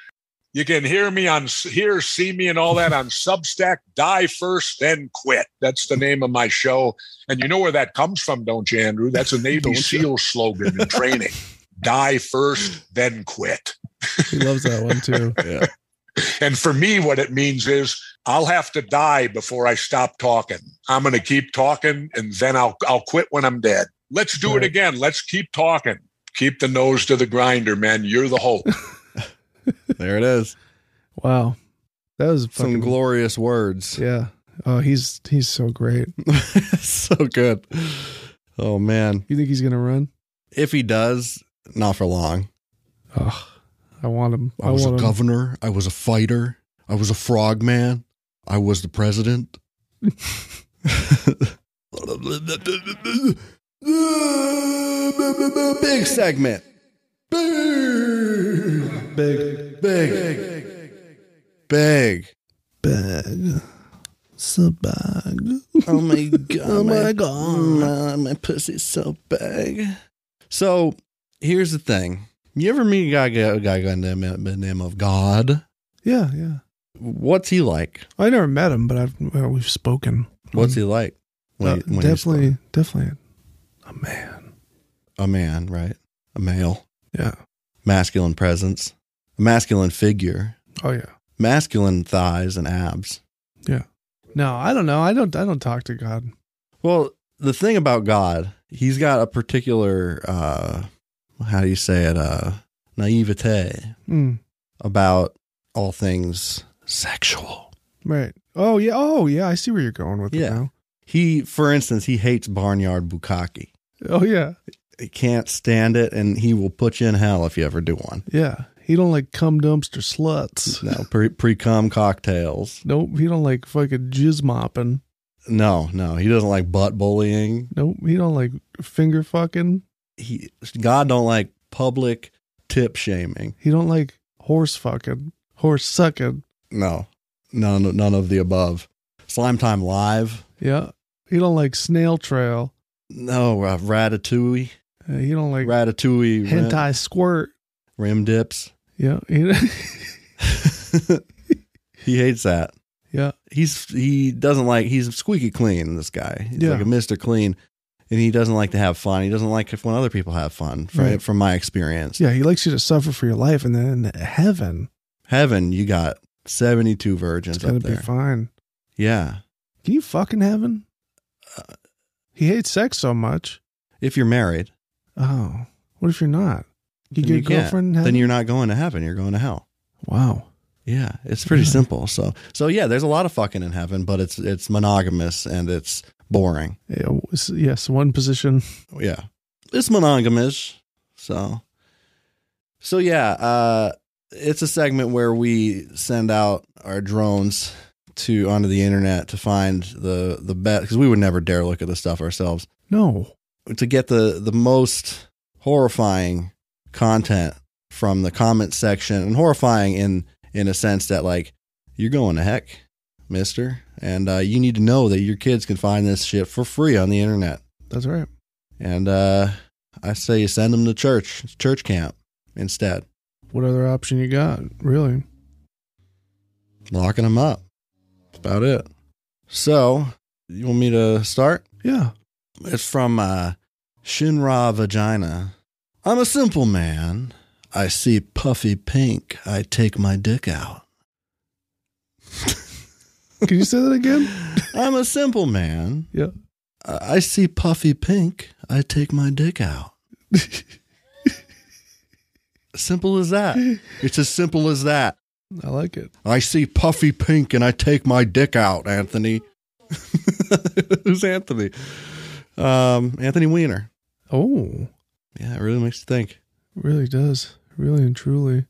Speaker 3: You can hear me on here, see me, and all that on Substack. Die first, then quit. That's the name of my show. And you know where that comes from, don't you, Andrew? That's a Navy
Speaker 2: Don't you?
Speaker 3: SEAL slogan in training die first, then quit.
Speaker 1: He loves that one too.
Speaker 2: Yeah.
Speaker 3: And for me, what it means is I'll have to die before I stop talking. I'm going to keep talking and then I'll, I'll quit when I'm dead. Let's do
Speaker 1: Right.
Speaker 3: it again. Let's keep talking. Keep the nose to the grinder, man. You're the hope.
Speaker 2: There it is.
Speaker 1: Wow, that was
Speaker 2: Some
Speaker 1: fucking-
Speaker 2: glorious words.
Speaker 1: Yeah. Oh, he's he's so great.
Speaker 2: so good. Oh man.
Speaker 1: You think he's gonna run?
Speaker 2: If he does, not for long.
Speaker 1: Oh, I want him. I,
Speaker 2: I was a
Speaker 1: want him.
Speaker 2: governor. I was a fighter. I was a frogman. I was the president. Big segment. Big.
Speaker 1: Big
Speaker 2: Big. Big.
Speaker 1: bag. It's a bag.
Speaker 2: Oh my god.
Speaker 1: Oh my God.
Speaker 2: My, my pussy's so big. So here's the thing. You ever meet a guy, a guy by the name- by the name of God?
Speaker 1: Yeah, yeah.
Speaker 2: What's he like?
Speaker 1: I never met him, but I've well, we've spoken.
Speaker 2: What's he like?
Speaker 1: Uh,
Speaker 2: you- you
Speaker 1: definitely, definitely a man.
Speaker 2: spoke? a man, right? A male,
Speaker 1: Yeah.
Speaker 2: masculine presence, a masculine figure,
Speaker 1: Oh yeah.
Speaker 2: masculine thighs and abs.
Speaker 1: No, I don't know. I don't. I don't talk to God.
Speaker 2: Well, the thing about God, he's got a particular uh how do you say it, uh naivete
Speaker 1: Mm,
Speaker 2: about all things sexual.
Speaker 1: right. Oh yeah. Oh yeah. I see where you're going with
Speaker 2: Yeah.
Speaker 1: it now.
Speaker 2: He for instance, he hates barnyard bukkake.
Speaker 1: Oh yeah.
Speaker 2: He can't stand it and he will put you in hell if you ever do one.
Speaker 1: Yeah. He don't like cum dumpster sluts.
Speaker 2: No, pre pre cum cocktails.
Speaker 1: Nope. He don't like fucking jizz mopping.
Speaker 2: No, no, he doesn't like butt bullying.
Speaker 1: Nope. He don't like finger fucking.
Speaker 2: He God don't like public tip shaming.
Speaker 1: He don't like horse fucking. Horse sucking.
Speaker 2: No, none none of the above. Slime time live.
Speaker 1: Yeah. He don't like snail trail.
Speaker 2: No, uh, ratatouille.
Speaker 1: Uh, he don't like
Speaker 2: Ratatouille
Speaker 1: hentai
Speaker 2: rim,
Speaker 1: squirt.
Speaker 2: rim dips.
Speaker 1: Yeah. He,
Speaker 2: he hates that.
Speaker 1: yeah.
Speaker 2: He's he doesn't like he's squeaky clean. This guy, he's
Speaker 1: Yeah.
Speaker 2: like a Mister Clean, and he doesn't like to have fun. He doesn't like if when other people have fun. From,
Speaker 1: Right.
Speaker 2: from my experience,
Speaker 1: Yeah. He likes you to suffer for your life, and then in heaven,
Speaker 2: heaven you got seventy two
Speaker 1: it's
Speaker 2: virgins
Speaker 1: gonna
Speaker 2: up
Speaker 1: be
Speaker 2: there.
Speaker 1: fine.
Speaker 2: Yeah,
Speaker 1: Can you fuck in heaven?
Speaker 2: Uh,
Speaker 1: he hates sex so much.
Speaker 2: if you're married,
Speaker 1: Oh, what if you're not? You
Speaker 2: then
Speaker 1: get a
Speaker 2: can't.
Speaker 1: girlfriend. in heaven?
Speaker 2: Then you're not going to heaven. You're going to hell.
Speaker 1: wow.
Speaker 2: Yeah, it's pretty
Speaker 1: Yeah.
Speaker 2: simple. So, so yeah, there's a lot of fucking in heaven, but it's it's monogamous and it's boring.
Speaker 1: Yeah, w- s- Yes, one position.
Speaker 2: Yeah, it's monogamous. So, so yeah, uh, it's a segment where we send out our drones to onto the internet to find the the best because we would never dare look at the stuff ourselves
Speaker 1: No.
Speaker 2: to get the the most horrifying content from the comment section and horrifying in in a sense that like you're going to heck mister and uh, you need to know that your kids can find this shit for free on the internet
Speaker 1: That's right.
Speaker 2: and uh i say you send them to church It's church camp instead
Speaker 1: What other option you got, really?
Speaker 2: locking them up that's about it so you want me to start
Speaker 1: Yeah.
Speaker 2: It's from uh, Shinra Vagina. I'm a simple man. I see puffy pink. I take my dick out.
Speaker 1: Can you say that again?
Speaker 2: I'm a simple man.
Speaker 1: Yeah.
Speaker 2: Uh, I see puffy pink. I take my dick out. simple as that. It's as simple as that.
Speaker 1: I like it.
Speaker 2: I see puffy pink and I take my dick out, Anthony. Who's Anthony? Um, Anthony Weiner.
Speaker 1: Oh,
Speaker 2: Yeah, it really makes you think.
Speaker 1: really does. Really and truly.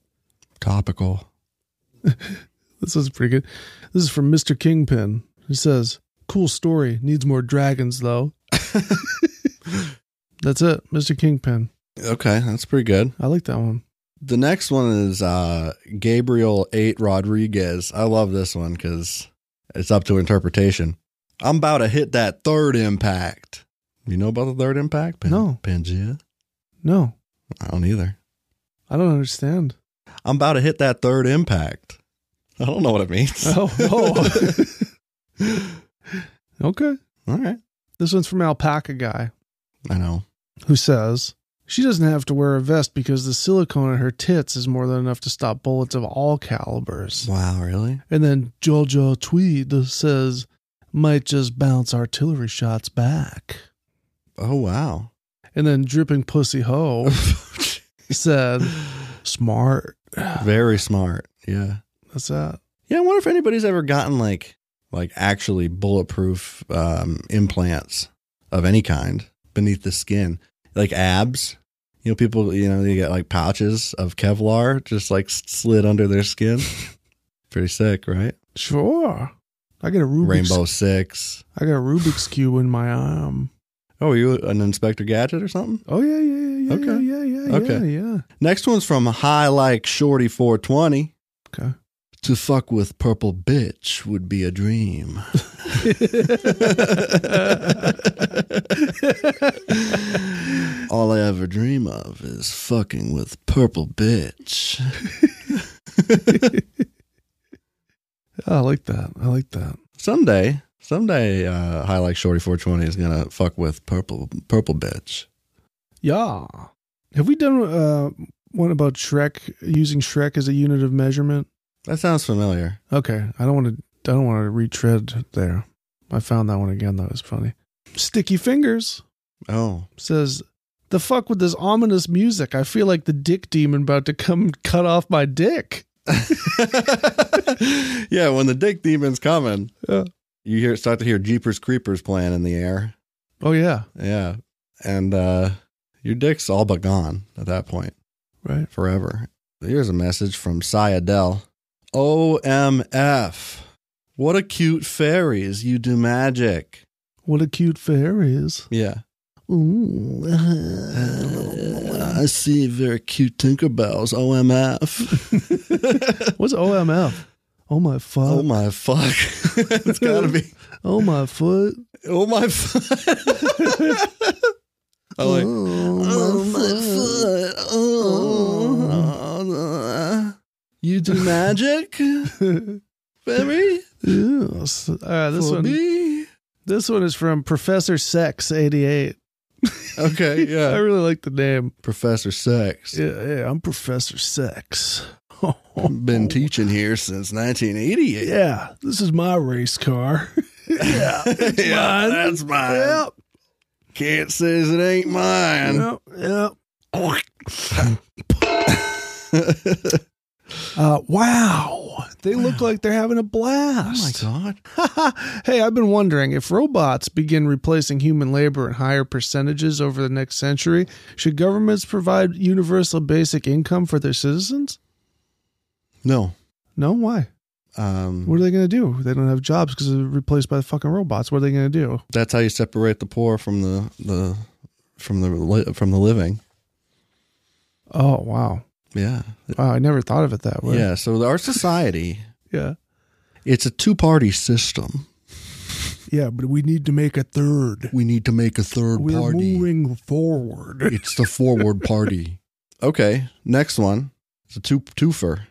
Speaker 2: Topical.
Speaker 1: This is pretty good. This is from Mr. Kingpin. He says, Cool story. Needs more dragons, though. That's it, Mr. Kingpin.
Speaker 2: Okay, that's pretty good.
Speaker 1: I like that one.
Speaker 2: The next one is uh, Gabriel 8 Rodriguez. I love this one because it's up to interpretation. I'm about to hit that third impact. You know about the third impact?
Speaker 1: No.
Speaker 2: Pangea?
Speaker 1: No,
Speaker 2: I don't either.
Speaker 1: I don't understand.
Speaker 2: I'm about to hit that third impact. I don't know what it means.
Speaker 1: Oh, oh. okay.
Speaker 2: All right.
Speaker 1: This one's from Alpaca Guy.
Speaker 2: I know.
Speaker 1: who says she doesn't have to wear a vest because the silicone in her tits is more than enough to stop bullets of all calibers.
Speaker 2: Wow, really?
Speaker 1: And then Jojo Tweed says, might just bounce artillery shots back.
Speaker 2: Oh, wow.
Speaker 1: And then Dripping Pussy Ho said, smart.
Speaker 2: Very smart. Yeah.
Speaker 1: That's that.
Speaker 2: Yeah, I wonder if anybody's ever gotten like like actually bulletproof um, implants of any kind beneath the skin, like abs. You know, people you know they get like pouches of Kevlar just like s- slid under their skin. Pretty sick, right?
Speaker 1: Sure. I got a Rubik's
Speaker 2: Rainbow Six.
Speaker 1: I got a Rubik's cube in my arm.
Speaker 2: Oh, were you an Inspector Gadget or something?
Speaker 1: Oh yeah, yeah, yeah, yeah,
Speaker 2: Okay.
Speaker 1: yeah, yeah, yeah,
Speaker 2: Okay.
Speaker 1: yeah.
Speaker 2: Next one's from High Like Shorty 420.
Speaker 1: Okay.
Speaker 2: To fuck with purple bitch would be a dream. All I ever dream of is fucking with purple bitch.
Speaker 1: I like that. I like that.
Speaker 2: someday, someday, uh, High Like Shorty 420 is gonna fuck with purple purple bitch.
Speaker 1: Yeah. Have we done uh, one about Shrek using Shrek as a unit of measurement?
Speaker 2: That sounds familiar.
Speaker 1: Okay, I don't want to I don't want to retread there. I found that one again. That was funny. Sticky fingers
Speaker 2: Oh,
Speaker 1: says, "The fuck with this ominous music? I feel like the dick demon about to come cut off my dick."
Speaker 2: yeah. When the dick demon's coming,
Speaker 1: Yeah.
Speaker 2: you hear start to hear Jeepers Creepers playing in the air.
Speaker 1: Oh yeah,
Speaker 2: Yeah, and uh, your dick's all but gone at that point.
Speaker 1: right.
Speaker 2: forever. Here's a message from Cy Adele. OMF. What a cute fairies. You do magic.
Speaker 1: What a cute fairy is.
Speaker 2: Yeah.
Speaker 1: Ooh.
Speaker 2: I see very cute Tinkerbells. OMF.
Speaker 1: What's OMF? Oh my fuck.
Speaker 2: oh my fuck. it's gotta be.
Speaker 1: oh my foot.
Speaker 2: Oh my fuck. I like. Oh, my foot. Oh. You do magic,
Speaker 1: foot.
Speaker 2: Fairy?
Speaker 1: yes. All right, this
Speaker 2: For
Speaker 1: one.
Speaker 2: me?
Speaker 1: This one is from Professor Sex eighty eight.
Speaker 2: Okay,
Speaker 1: I
Speaker 2: yeah.
Speaker 1: really like the name.
Speaker 2: Professor Sex.
Speaker 1: Yeah, yeah. I'm Professor Sex.
Speaker 2: Been teaching here since 1988.
Speaker 1: Oh, Yeah, this is my race car.
Speaker 2: yeah,
Speaker 1: mine.
Speaker 2: that's mine.
Speaker 1: Yep.
Speaker 2: Can't say it ain't mine.
Speaker 1: Yep. Yep. Uh, wow. They look
Speaker 2: Wow.
Speaker 1: like they're having a
Speaker 2: oh my
Speaker 1: blast.
Speaker 2: god.
Speaker 1: hey, I've been wondering if robots begin replacing human labor in higher percentages over the next century, should governments provide universal basic income for their citizens?
Speaker 2: No.
Speaker 1: No, why?
Speaker 2: Um,
Speaker 1: What are they going to do? They don't have jobs because they're replaced by the fucking robots. What are they going to do?
Speaker 2: that's how you separate the poor from the the from the li- from the living.
Speaker 1: Oh, wow.
Speaker 2: Yeah.
Speaker 1: Wow, I never thought of it that way.
Speaker 2: Yeah, so our society,
Speaker 1: Yeah.
Speaker 2: it's a two-party system.
Speaker 1: Yeah, but we need to make a third.
Speaker 2: We need to make a 3rd
Speaker 1: We're
Speaker 2: party.
Speaker 1: moving forward.
Speaker 2: It's the forward party. Okay, next one. It's a two twofer,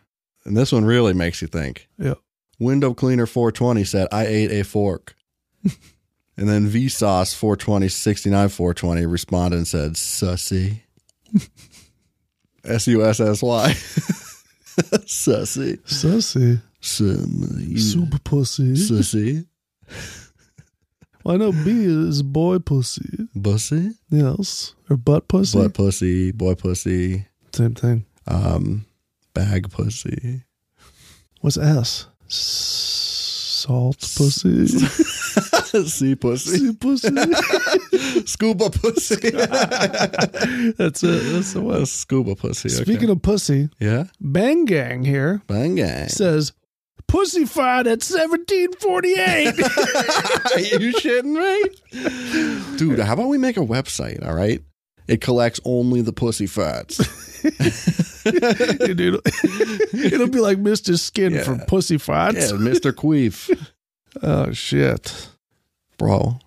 Speaker 2: and this one really makes you think.
Speaker 1: Yeah.
Speaker 2: Window cleaner 420 said, "I ate a fork," and then Vsauce 420 69 420 responded and said, "Sussy." S u s s y. Sussy.
Speaker 1: Sussy.
Speaker 2: Sim- you-
Speaker 1: Super pussy.
Speaker 2: Sussy.
Speaker 1: Well, I know B is boy pussy.
Speaker 2: Bussy.
Speaker 1: Yes. Or butt pussy.
Speaker 2: Butt pussy. Boy pussy.
Speaker 1: Same thing.
Speaker 2: Um, bag pussy.
Speaker 1: What's S? S- Salt pussy.
Speaker 2: sea pussy,
Speaker 1: Sea pussy.
Speaker 2: scuba pussy.
Speaker 1: That's it. That's the one.
Speaker 2: Well, scuba pussy. okay.
Speaker 1: Speaking of pussy,
Speaker 2: yeah,
Speaker 1: Bang Gang here
Speaker 2: bang gang.
Speaker 1: says, Pussy fired at 1748.
Speaker 2: Are you shitting me, dude? How about we make a website? All right, it collects only the pussy farts.
Speaker 1: Dude, it'll, it'll be like Mr. Skin
Speaker 2: Yeah.
Speaker 1: from Pussy
Speaker 2: yeah,
Speaker 1: Farts.
Speaker 2: Mister Queef,
Speaker 1: Oh, shit.
Speaker 2: bro.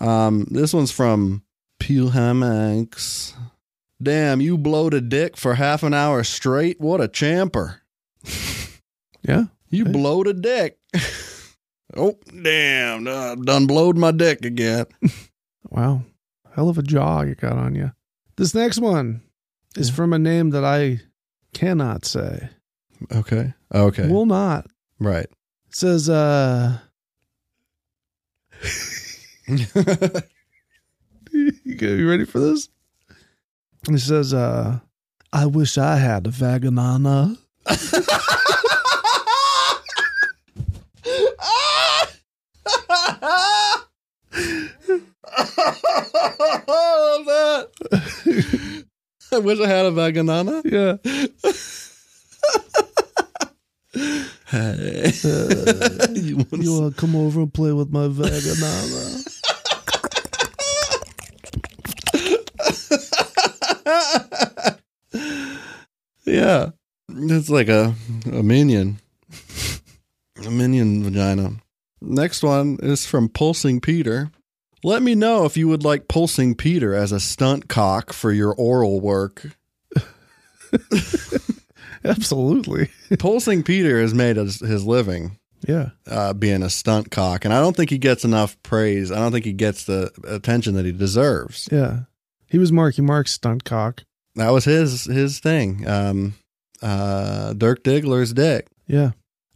Speaker 2: Um, this one's from Pelham Hanks. Damn, you blowed a dick for half an hour straight. What a champer.
Speaker 1: Yeah.
Speaker 2: You
Speaker 1: Hey.
Speaker 2: blowed a dick. oh, damn. uh, done blowed my dick again.
Speaker 1: Wow. Hell of a jaw you got on you. This next one is from a name that I cannot say.
Speaker 2: Okay. Okay.
Speaker 1: Will not.
Speaker 2: right.
Speaker 1: It says, uh, you go- you ready for this? It says, uh, I wish I had a vaginana.
Speaker 2: I love that. I wish I had a vaganana.
Speaker 1: Yeah.
Speaker 2: Hey. you want
Speaker 1: You want to come over and play with my vaginana?
Speaker 2: yeah. It's like a, a minion. a minion vagina. Next one is from Pulsing Peter. Let me know if you would like Pulsing Peter as a stunt cock for your oral work.
Speaker 1: Absolutely.
Speaker 2: Pulsing Peter has made his, his living
Speaker 1: Yeah.
Speaker 2: uh, being a stunt cock, and I don't think he gets enough praise. I don't think he gets the attention that he deserves.
Speaker 1: Yeah. He was Marky Mark's stunt cock.
Speaker 2: That was his his thing. Um, uh, Dirk Diggler's dick.
Speaker 1: Yeah.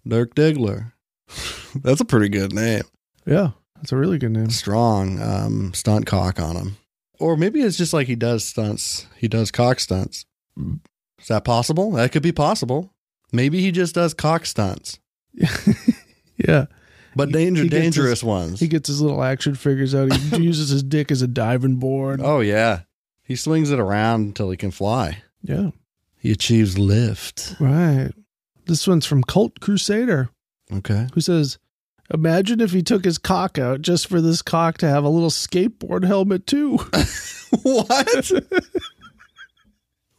Speaker 2: Dirk Diggler. That's a pretty good name.
Speaker 1: Yeah, that's a really good name.
Speaker 2: Strong um, stunt cock on him. Or maybe it's just like he does stunts. He does cock stunts. Is that possible? That could be possible. Maybe he just does cock stunts,
Speaker 1: yeah,
Speaker 2: but
Speaker 1: He-
Speaker 2: danger,
Speaker 1: he gets his-
Speaker 2: dangerous ones.
Speaker 1: he gets his little action figures out. He uses his dick as a diving board.
Speaker 2: oh, yeah. He swings it around until he can fly.
Speaker 1: Yeah,
Speaker 2: He achieves lift.
Speaker 1: right. This one's from Cult Crusader,
Speaker 2: Okay.
Speaker 1: who says, "Imagine if he took his cock out just for this cock to have a little skateboard helmet too."
Speaker 2: what?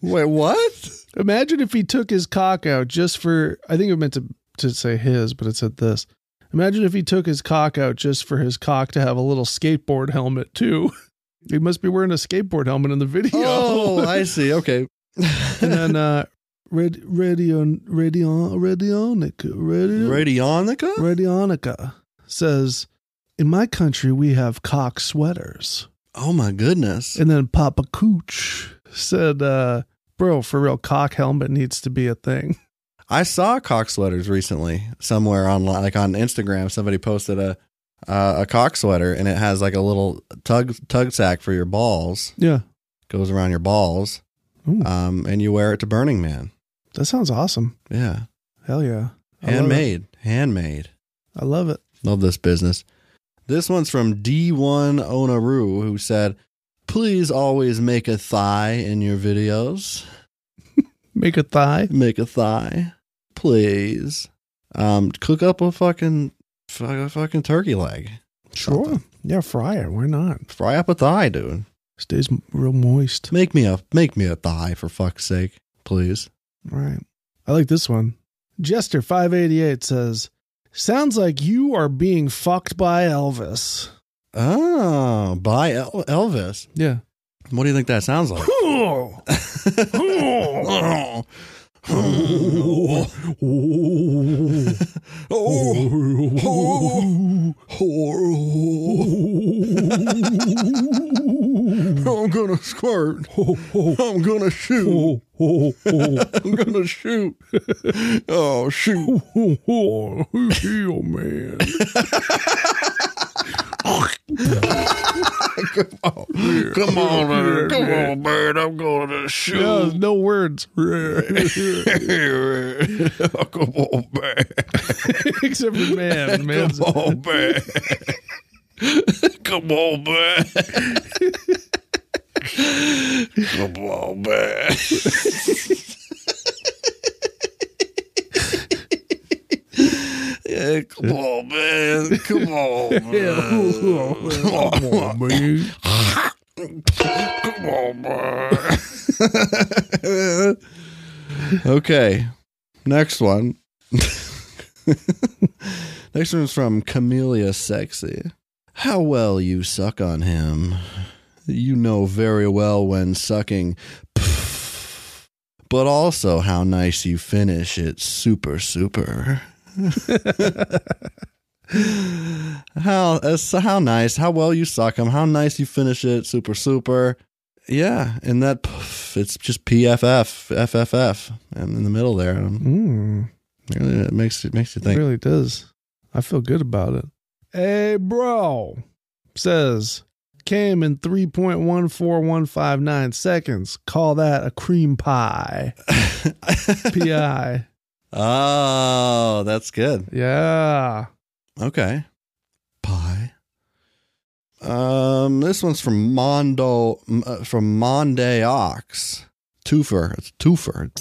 Speaker 2: Wait, what?
Speaker 1: Imagine if he took his cock out just for I think it meant to to say his, but it said this. Imagine if he took his cock out just for his cock to have a little skateboard helmet too. He must be wearing a skateboard helmet in the video.
Speaker 2: Oh, I see. Okay.
Speaker 1: and then uh Red Radion Radion Radionica Radio,
Speaker 2: Radionica?
Speaker 1: Radionica says in my country we have cock sweaters.
Speaker 2: Oh my goodness.
Speaker 1: And then Papa Cooch said, uh, bro, for real, cock helmet needs to be a thing.
Speaker 2: I saw cock sweaters recently somewhere online, like on Instagram. Somebody posted a uh, a cock sweater, and it has like a little tug tug sack for your balls,
Speaker 1: Yeah.
Speaker 2: goes around your balls,
Speaker 1: Ooh.
Speaker 2: um, and you wear it to Burning Man.
Speaker 1: That sounds awesome.
Speaker 2: Yeah,
Speaker 1: Hell yeah. I love it.
Speaker 2: handmade, handmade.
Speaker 1: I love it.
Speaker 2: Love this business. This one's from D1 Onaru, who said, "Please always make a thigh in your videos."
Speaker 1: Make a thigh.
Speaker 2: make a thigh, please. Um, cook up a fucking fuck- a fucking turkey leg. Something.
Speaker 1: Yeah, fry it. Why not?
Speaker 2: Fry up a thigh, dude.
Speaker 1: Stays m- real moist.
Speaker 2: Make me a make me a thigh for fuck's sake, please.
Speaker 1: Right. I like this one. Jester588 says, Sounds like you are being fucked by Elvis.
Speaker 2: Oh, by El- Elvis.
Speaker 1: Yeah.
Speaker 2: What do you think that sounds like? oh, oh, I'm gonna squirt. I'm gonna shoot. I'm gonna shoot. Oh shoot.
Speaker 1: Heel man.
Speaker 2: Come on, man. Come on, man. I'm gonna
Speaker 1: Yeah,
Speaker 2: shoot.
Speaker 1: no words.
Speaker 2: Come on, man.
Speaker 1: Except for man. Man's
Speaker 2: Come on, man. Come on, man. Come on, man. Yeah, come on, man. Come on, man. Come on, man.
Speaker 1: man.
Speaker 2: Come on, man. okay. Next one. Next one is from Camellia Sexy. How well you suck on him. You know very well when sucking. But also how nice you finish it super super. how that's how nice, how well you suck him, how nice you finish it super super. Yeah, and that pff, it's just PFF, FFF, and in the middle there, um,
Speaker 1: Mm,
Speaker 2: really, it makes it makes you
Speaker 1: it
Speaker 2: think.
Speaker 1: really does. I feel good about it. Hey, bro says came in 3.14159 seconds. Call that a cream pie. PI.
Speaker 2: Oh, that's good.
Speaker 1: Yeah.
Speaker 2: Okay. Pie. Um, this one's from Mondo m- uh, from Monday Ox. Twofer. It's twofer.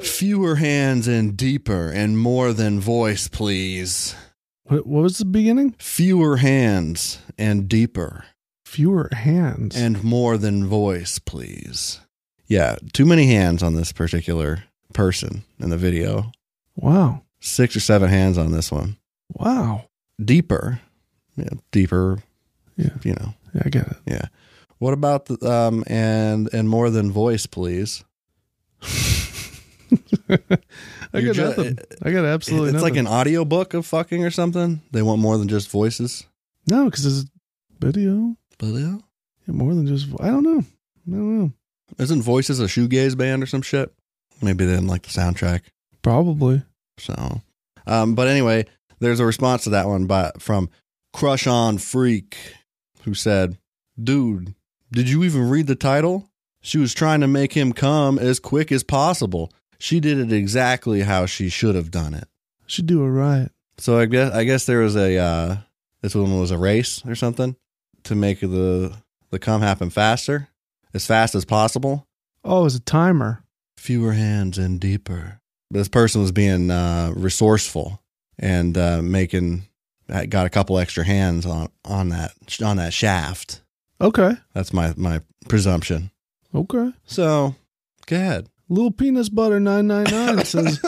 Speaker 2: Fewer hands and deeper and more than voice, please.
Speaker 1: What, what was the beginning?
Speaker 2: Fewer hands and deeper
Speaker 1: Fewer hands.
Speaker 2: and more than voice, please. Yeah, too many hands on this particular person in the video.
Speaker 1: wow.
Speaker 2: Six or seven hands on this one.
Speaker 1: Wow.
Speaker 2: deeper, yeah, deeper.
Speaker 1: Yeah.
Speaker 2: You know,
Speaker 1: Yeah, I get it.
Speaker 2: what about the um and and more than voice, please?
Speaker 1: I got
Speaker 2: You're ju- uh,
Speaker 1: nothing. I got absolutely
Speaker 2: it's
Speaker 1: nothing.
Speaker 2: like an audiobook of fucking or something. They want more than just voices.
Speaker 1: no, because it's video.
Speaker 2: But uh, yeah.
Speaker 1: Yeah, more than just. I don't know. I don't know.
Speaker 2: Isn't voices a shoegaze band or some shit? Maybe they didn't like the soundtrack.
Speaker 1: Probably.
Speaker 2: So, um, but anyway, there's a response to that one by from Crush on Freak, who said, "Dude, did you even read the title? She was trying to make him come as quick as possible. She did it exactly how she should have done it."
Speaker 1: Should do a riot.
Speaker 2: So I guess I guess there was a uh, this one was a race or something to make the the come happen faster, as fast as possible.
Speaker 1: Oh, it's a timer.
Speaker 2: Fewer hands and deeper. This person was being uh, resourceful and uh, making got a couple extra hands on on that on that shaft.
Speaker 1: Okay.
Speaker 2: That's my my presumption.
Speaker 1: Okay.
Speaker 2: So go ahead.
Speaker 1: Little penis butter nine nine nine says,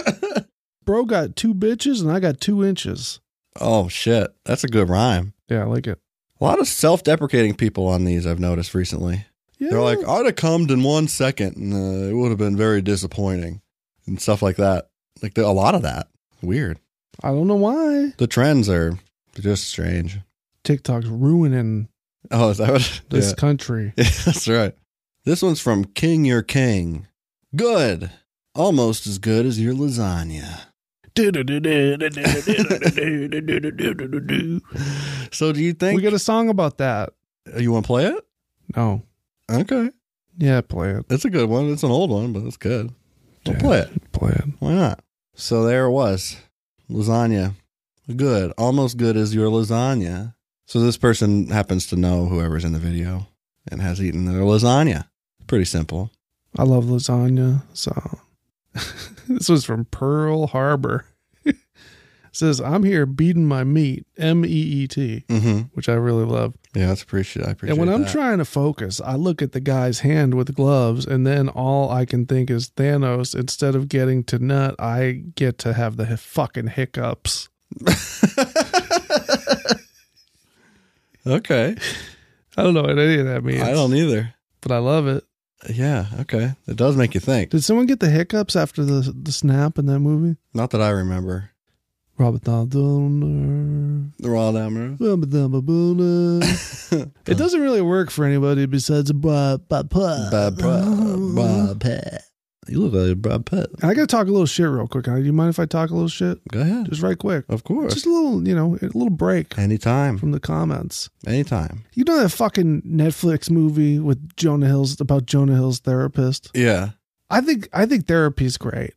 Speaker 1: "Bro got two bitches and I got two inches."
Speaker 2: oh shit, that's a good rhyme.
Speaker 1: Yeah, I like it.
Speaker 2: A lot of self-deprecating people on these I've noticed recently.
Speaker 1: Yeah.
Speaker 2: They're like, I'd have cummed in one second, and uh, it would have been very disappointing, and stuff like that. Like there- a lot of that. Weird.
Speaker 1: I don't know why
Speaker 2: The trends are just strange.
Speaker 1: TikTok's ruining
Speaker 2: Oh, is that what?
Speaker 1: this
Speaker 2: Yeah.
Speaker 1: country.
Speaker 2: Yeah, that's right. This one's from King Your King. Good. Almost as good as your lasagna.
Speaker 1: we
Speaker 2: So do you think Oh,
Speaker 1: got a song about that.
Speaker 2: you want to play it?
Speaker 1: No.
Speaker 2: Okay.
Speaker 1: Yeah, play it.
Speaker 2: That's a good one. It's an old one, but it's good. We'll
Speaker 1: Yeah.
Speaker 2: play it.
Speaker 1: Play it.
Speaker 2: Why not? So there it was. Lasagna. Good. Almost good as your lasagna. So this person happens to know whoever's in the video and has eaten their lasagna. Pretty simple.
Speaker 1: I love lasagna. So this was from Pearl Harbor. says, I'm here beating my meat, M E E T,
Speaker 2: Mm-hmm.
Speaker 1: which I really love.
Speaker 2: Yeah, that's appreciate. I appreciate.
Speaker 1: and when I'm
Speaker 2: that.
Speaker 1: trying to focus, I look at the guy's hand with gloves, and then all I can think is Thanos. Instead of getting to nut, I get to have the hi- fucking hiccups.
Speaker 2: okay.
Speaker 1: I don't know what any of that means.
Speaker 2: I don't e- either.
Speaker 1: but I love it.
Speaker 2: Yeah. Okay. It does make you think.
Speaker 1: Did someone get the hiccups after the the snap in that movie?
Speaker 2: Not that I remember.
Speaker 1: Robert Downey Jr.
Speaker 2: The raw down
Speaker 1: Robert Downey Jr. It doesn't really work for anybody besides Bob. Bob. Bob.
Speaker 2: Bob. Bob. Pitt. You look like Bob Pitt.
Speaker 1: I got to talk a little shit real quick. Do you mind if I talk a little shit?
Speaker 2: Go ahead.
Speaker 1: Just right quick.
Speaker 2: Of course.
Speaker 1: Just a little, you know, a little break
Speaker 2: Anytime.
Speaker 1: from the comments.
Speaker 2: Anytime.
Speaker 1: You know that fucking Netflix movie with Jonah Hill's about Jonah Hill's therapist?
Speaker 2: Yeah.
Speaker 1: I think I think therapy's great.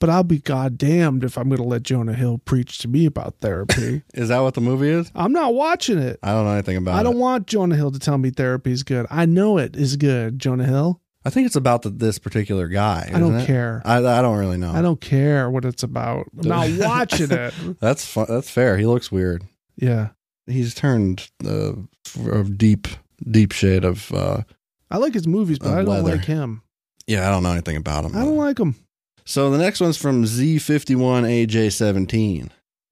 Speaker 1: But I'll be goddamned if I'm going to let Jonah Hill preach to me about therapy.
Speaker 2: Is that what the movie is?
Speaker 1: I'm not watching it.
Speaker 2: I don't know anything about
Speaker 1: I don't
Speaker 2: it.
Speaker 1: want Jonah Hill to tell me therapy's good. I know it is good, Jonah Hill.
Speaker 2: I think it's about the, this particular guy.
Speaker 1: I don't
Speaker 2: isn't it? Oh.
Speaker 1: care.
Speaker 2: I, I don't really know.
Speaker 1: I don't care what it's about. I'm not watching it.
Speaker 2: That's fu- that's fair. He looks weird.
Speaker 1: Yeah.
Speaker 2: He's turned uh, f- of deep deep shade of. Uh,
Speaker 1: I like his movies, but
Speaker 2: Of
Speaker 1: I don't
Speaker 2: leather.
Speaker 1: like him.
Speaker 2: yeah, I don't know anything about him.
Speaker 1: I don't like him.
Speaker 2: So the next one's from Z51AJ17.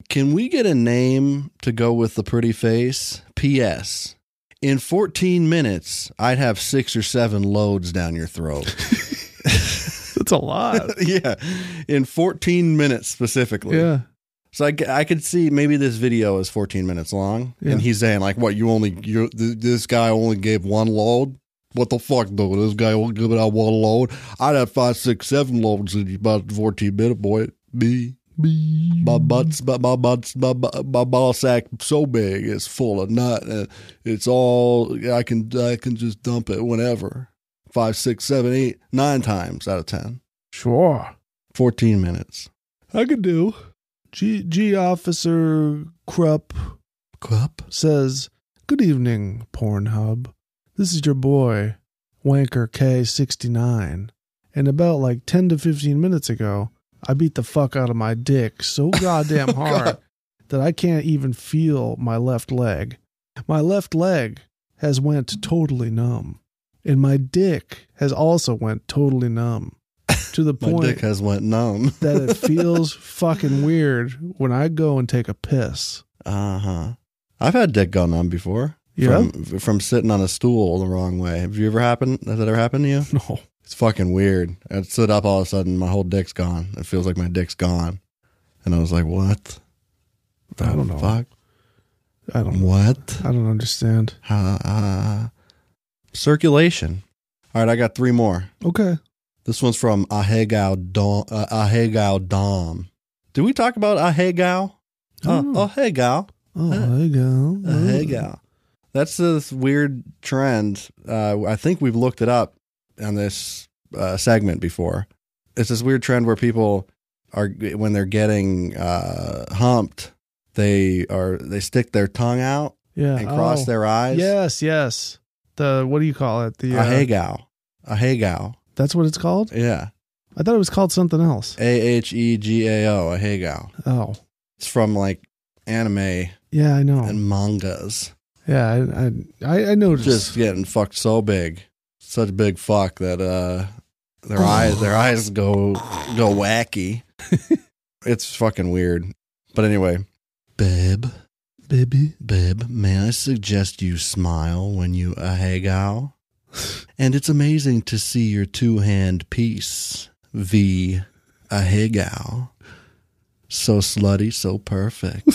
Speaker 2: Can we get a name to go with the pretty face? P.S. In 14 minutes, I'd have six or seven loads down your throat.
Speaker 1: That's a lot.
Speaker 2: yeah, in 14 minutes specifically.
Speaker 1: yeah.
Speaker 2: So I, I could see maybe this video is 14 minutes long,
Speaker 1: Yeah.
Speaker 2: and he's saying like, "What you only you th- this guy only gave one load? What the fuck, dude? This guy only gave out one load. I'd have five, six, seven loads in about 14 minutes, boy. Me, my butts, my my butts, my my, my ball sack so big it's full of nut. Uh, It's all I can I can just dump it whenever. Five, six, seven, eight, nine times out of ten.
Speaker 1: Sure.
Speaker 2: 14 minutes.
Speaker 1: I could do. G G Officer Krupp
Speaker 2: Cup.
Speaker 1: says, Good evening, Pornhub. This is your boy, Wanker K69. And about like 10 to 15 minutes ago, I beat the fuck out of my dick so goddamn hard
Speaker 2: Oh, God.
Speaker 1: that I can't even feel my left leg. My left leg has went totally numb. And my dick has also went totally numb to the
Speaker 2: My
Speaker 1: point
Speaker 2: dick has went numb.
Speaker 1: that it feels fucking weird when I go and take a piss.
Speaker 2: Uh huh. I've had dick gone numb before.
Speaker 1: Yeah.
Speaker 2: From, from sitting on a stool the wrong way. Have you ever happened? Has that ever happened to you?
Speaker 1: No.
Speaker 2: It's fucking weird. I stood up all of a sudden, my whole dick's gone. It feels like my dick's gone. And I was like, what?
Speaker 1: I don't
Speaker 2: The
Speaker 1: know.
Speaker 2: Fuck.
Speaker 1: I don't
Speaker 2: What?
Speaker 1: I don't understand.
Speaker 2: Uh, uh, circulation. All right, I got three more.
Speaker 1: Okay.
Speaker 2: This one's from Ahegao Dom. Uh, Ahegao Dom. Did we talk about a hey gal? Uh,
Speaker 1: Mm.
Speaker 2: oh hey gal,
Speaker 1: Oh, there you go.
Speaker 2: Uh, a hey gal. That's this weird trend. Uh, I think we've looked it up on this uh, segment before. It's this weird trend where people are when they're getting uh, humped, they are they stick their tongue out
Speaker 1: Yeah.
Speaker 2: and cross
Speaker 1: oh.
Speaker 2: their eyes.
Speaker 1: Yes, yes. The what do you call it? The
Speaker 2: a
Speaker 1: uh,
Speaker 2: hey gal, a hey gal.
Speaker 1: That's what it's called.
Speaker 2: Yeah,
Speaker 1: I thought it was called something else.
Speaker 2: a h e g a o, a hey gal.
Speaker 1: Oh,
Speaker 2: It's from like anime
Speaker 1: yeah, I know.
Speaker 2: and mangas.
Speaker 1: yeah, I I- I, I noticed.
Speaker 2: Just getting fucked so big, such big fuck that uh, their eyes their eyes go go wacky. it's fucking weird. But anyway, babe, baby, babe, may I suggest you smile when you a hang out? And it's amazing to see your two hand piece, V, a hang out. So slutty, so perfect.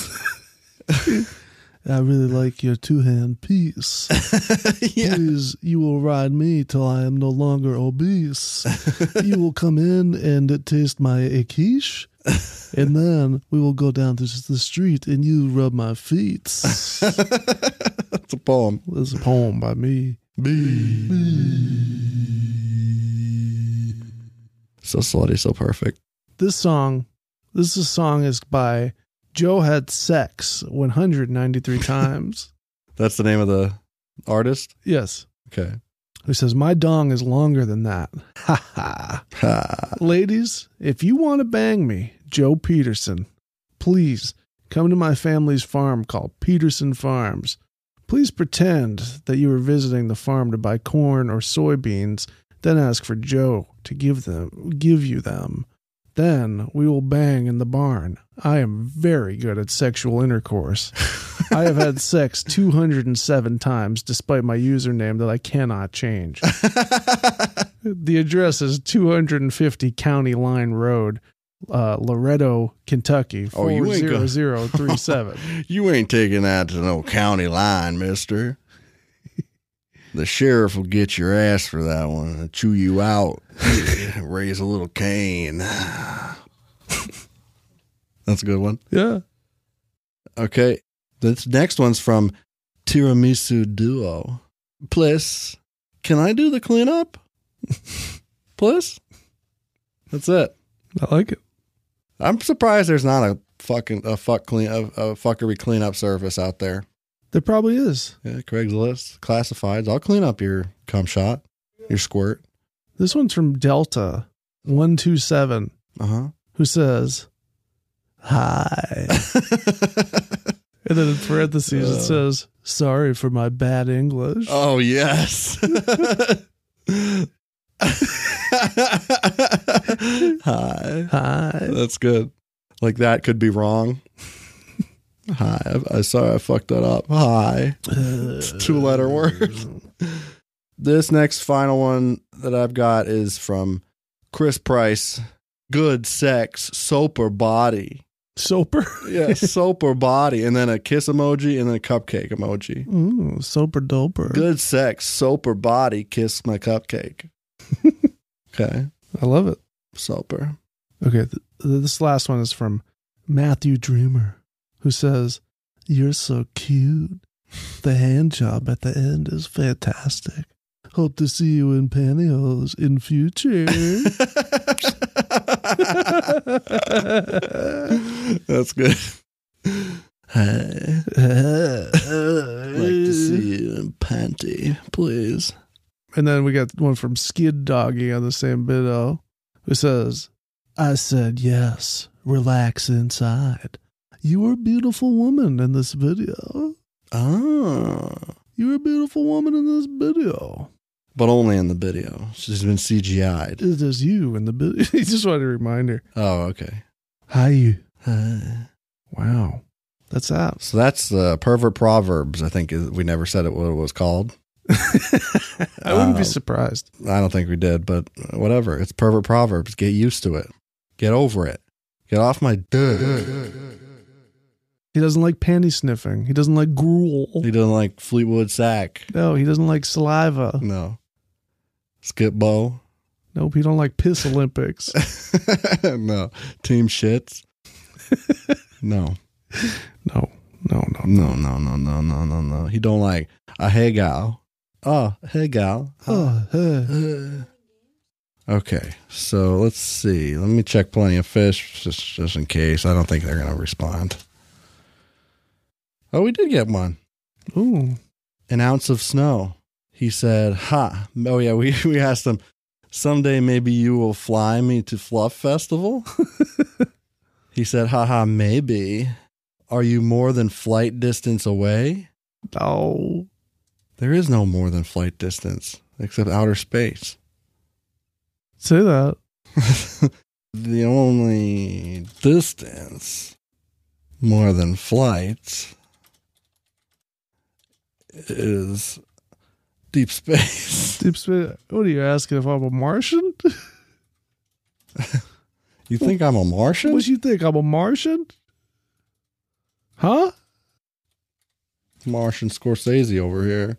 Speaker 1: I really like your two hand piece.
Speaker 2: yeah.
Speaker 1: Please, you will ride me till I am no longer obese. you will come in and taste my uh, quiche, and then we will go down to the street and you rub my feet. That's
Speaker 2: That's a poem.
Speaker 1: a poem by me.
Speaker 2: So slutty, so perfect.
Speaker 1: This song, this is- song is by Joe Had Sex 193 times.
Speaker 2: That's the name of the artist.
Speaker 1: yes.
Speaker 2: Okay.
Speaker 1: Who says, My dong is longer than that. Ha ha.
Speaker 2: Ha.
Speaker 1: Ladies, if you want to bang me, Joe Peterson, please come to my family's farm called Peterson Farms. Please pretend that you are visiting the farm to buy corn or soybeans, then ask for Joe to give them give you them. Then we will bang in the barn. I am very good at sexual intercourse. I have had sex 207 times despite my username that I cannot change. The address is 250 County Line Road, uh, Loretto, Kentucky
Speaker 2: Oh, you ain't go-
Speaker 1: 40037.
Speaker 2: you ain't taking that to no county line, mister. The sheriff will get your ass for that one and chew you out. Raise a little cane. That's a good one.
Speaker 1: yeah.
Speaker 2: Okay. This next one's from Tiramisu Duo. Please, can I do the cleanup? Please? That's it.
Speaker 1: I like it.
Speaker 2: I'm surprised there's not a fucking a fuck clean a, a fuckery cleanup service out there.
Speaker 1: There probably is.
Speaker 2: Yeah, Craigslist, classifieds. I'll clean up your cum shot, your squirt.
Speaker 1: This one's from Delta 127,
Speaker 2: Uh
Speaker 1: who says, Hi.
Speaker 2: huh.
Speaker 1: And then in parentheses,
Speaker 2: Uh.
Speaker 1: it says, Sorry for my bad English.
Speaker 2: oh yes. Hi.
Speaker 1: Hi.
Speaker 2: That's good. Like that could be wrong. Hi, I, I sorry I fucked that up. Hi.
Speaker 1: It's
Speaker 2: two letter word. This next final one that I've got is from Chris Price. Good sex, soap or body.
Speaker 1: Soper.
Speaker 2: Yeah, soap or body, and then a kiss emoji, and then a cupcake emoji.
Speaker 1: Ooh, soper doper.
Speaker 2: Good sex, soap or body, kiss my cupcake. okay,
Speaker 1: I love it.
Speaker 2: soaper.
Speaker 1: Okay, th- th- this last one is from Matthew Dreamer, who says, "You're so cute. The hand job at the end is fantastic. Hope to see you in pantyhose in future."
Speaker 2: That's good. Hi. like to see you in panty, please.
Speaker 1: And then we got one from Skid Doggy on the same video who says, I said yes, relax inside. You are a beautiful woman in this video.
Speaker 2: Oh.
Speaker 1: You're a beautiful woman in this video.
Speaker 2: But only in the video. She's been CGI'd.
Speaker 1: It is you in the video. he just wanted a reminder.
Speaker 2: Oh, okay.
Speaker 1: Hi, you.
Speaker 2: Hi.
Speaker 1: Wow. That's that.
Speaker 2: So that's uh, Pervert Proverbs, I think is, we never said it what it was called.
Speaker 1: I wouldn't
Speaker 2: Uh,
Speaker 1: be surprised.
Speaker 2: I don't think we did, but whatever. It's Pervert Proverbs. Get used to it. Get over it. Get off my dick.
Speaker 1: He doesn't like panty sniffing. He doesn't like gruel.
Speaker 2: He doesn't like Fleetwood Sack.
Speaker 1: No, he doesn't like saliva.
Speaker 2: No. Skip Bo.
Speaker 1: Nope, he don't like piss Olympics.
Speaker 2: no. Team Shits. No.
Speaker 1: No, no, no.
Speaker 2: No, no, no, no, no, no, no. He don't like a hey gal. Oh, hey gal. Oh, Uh, Okay, so let's see. Let me check plenty of fish just, just in case. I don't think they're going to respond. Oh, we did get one.
Speaker 1: Ooh.
Speaker 2: An ounce of snow. He said, Ha. Oh, yeah, we, we asked him, Someday maybe you will fly me to Fluff Festival? he said, Ha ha, maybe. Are you more than flight distance away?
Speaker 1: Oh.
Speaker 2: There is no more than flight distance except outer space.
Speaker 1: Say that.
Speaker 2: the only distance more than flights is deep space.
Speaker 1: Deep space. What are you asking if I'm a Martian?
Speaker 2: You think I'm a Martian?
Speaker 1: What you think? I'm a Martian? Huh?
Speaker 2: Martian Scorsese over here.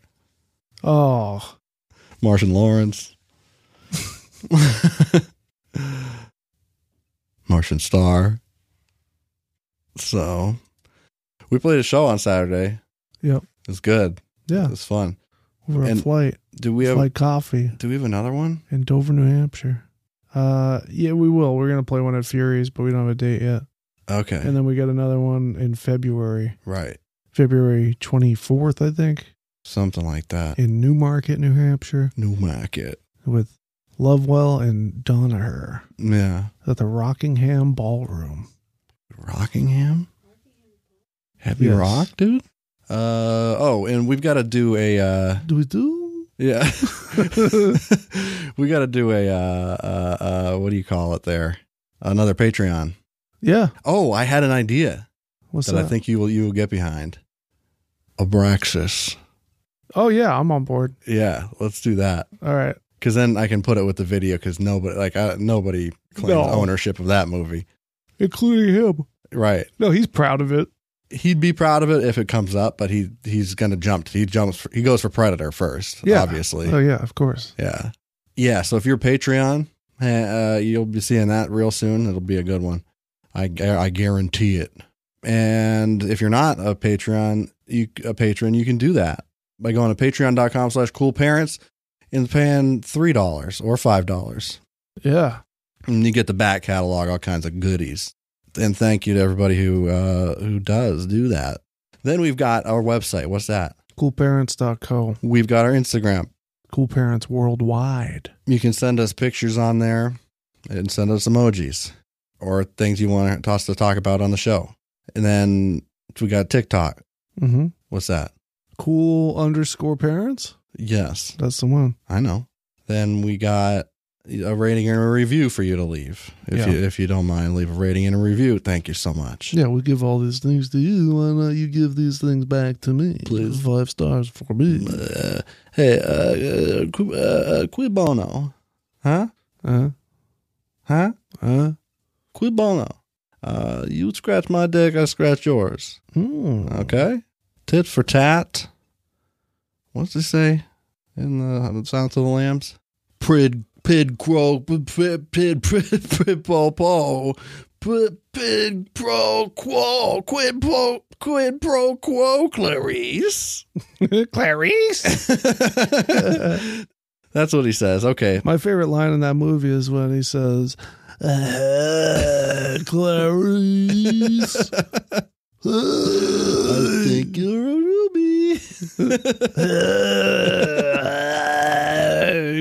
Speaker 1: Oh.
Speaker 2: Martian Lawrence. Martian Star. So, we played a show on Saturday.
Speaker 1: Yep.
Speaker 2: It was good.
Speaker 1: Yeah.
Speaker 2: It was fun.
Speaker 1: We're on
Speaker 2: And
Speaker 1: flight.
Speaker 2: Do we have
Speaker 1: flight coffee
Speaker 2: do we have another one?
Speaker 1: in Dover, New Hampshire. Uh yeah, we will. We're gonna play one at Fury's, but we don't have a date yet.
Speaker 2: Okay.
Speaker 1: And then we got another one in February.
Speaker 2: right.
Speaker 1: February twenty fourth, I think,
Speaker 2: Something like that.
Speaker 1: in Newmarket, New Hampshire,
Speaker 2: New market.
Speaker 1: with Lovewell and Donaher
Speaker 2: Yeah.
Speaker 1: at the Rockingham Ballroom.
Speaker 2: Rockingham? Heavy
Speaker 1: Yes.
Speaker 2: rock, dude? Uh oh, and we've gotta do a uh
Speaker 1: Do we do?
Speaker 2: yeah. we gotta do a uh uh uh what do you call it there? Another Patreon.
Speaker 1: Yeah.
Speaker 2: Oh, I had an idea
Speaker 1: What's
Speaker 2: that
Speaker 1: that?
Speaker 2: I think you will you will get behind. Abraxas.
Speaker 1: oh yeah, I'm on board.
Speaker 2: Yeah, let's do that.
Speaker 1: All right.
Speaker 2: because then I can put it with the video because nobody like I, nobody claims
Speaker 1: No.
Speaker 2: ownership of that movie,
Speaker 1: Including him.
Speaker 2: right?
Speaker 1: No, he's proud of it.
Speaker 2: He'd be proud of it if it comes up, but he he's gonna jump. He jumps. For, he goes for Predator first,
Speaker 1: Yeah.
Speaker 2: obviously.
Speaker 1: Oh yeah, of course.
Speaker 2: Yeah, yeah. So if you're Patreon, eh, uh, you'll be seeing that real soon. It'll be a good one. I gu- I guarantee it. And if you're not a Patreon, you a patron, you can do that by going to patreon.com/slash cool parents and paying three dollars or five dollars.
Speaker 1: Yeah.
Speaker 2: and you get the back catalog, all kinds of goodies. And thank you to everybody who uh, who does do that. Then we've got our website. What's that?
Speaker 1: Coolparents.co.
Speaker 2: We've got our Instagram.
Speaker 1: Cool parents worldwide.
Speaker 2: You can send us pictures on there and send us emojis or things you want us to talk about on the show. And then we got TikTok.
Speaker 1: Mm-hmm.
Speaker 2: What's that?
Speaker 1: Cool underscore parents.
Speaker 2: Yes,
Speaker 1: That's the one.
Speaker 2: I know. Then we got a rating and a review for you to leave. If
Speaker 1: Yeah.
Speaker 2: you if you don't mind, leave a rating and a review. Thank you so much.
Speaker 1: Yeah, we give all these things to you. Why not you give these things back to me?
Speaker 2: Please.
Speaker 1: Five stars for me.
Speaker 2: uh, hey, uh, uh, qui, uh, uh, qui bono? Huh?
Speaker 1: Huh?
Speaker 2: Huh?
Speaker 1: Huh?
Speaker 2: Qui bono? Uh, you scratch my dick, I scratch yours.
Speaker 1: Hmm.
Speaker 2: Okay? Tit for tat. What's it say in the, the Silence of the Lambs? Prid, pid, crow, pid, pid, pid, prid, prid, po, po. Pid, pid, pro, quo, quid, pro, quid, pro, quo, Clarice.
Speaker 1: Clarice.
Speaker 2: That's what he says. Okay.
Speaker 1: My favorite line in that movie is when he says, "Ah, Clarice.
Speaker 2: I think you're a ruby.
Speaker 1: Hey,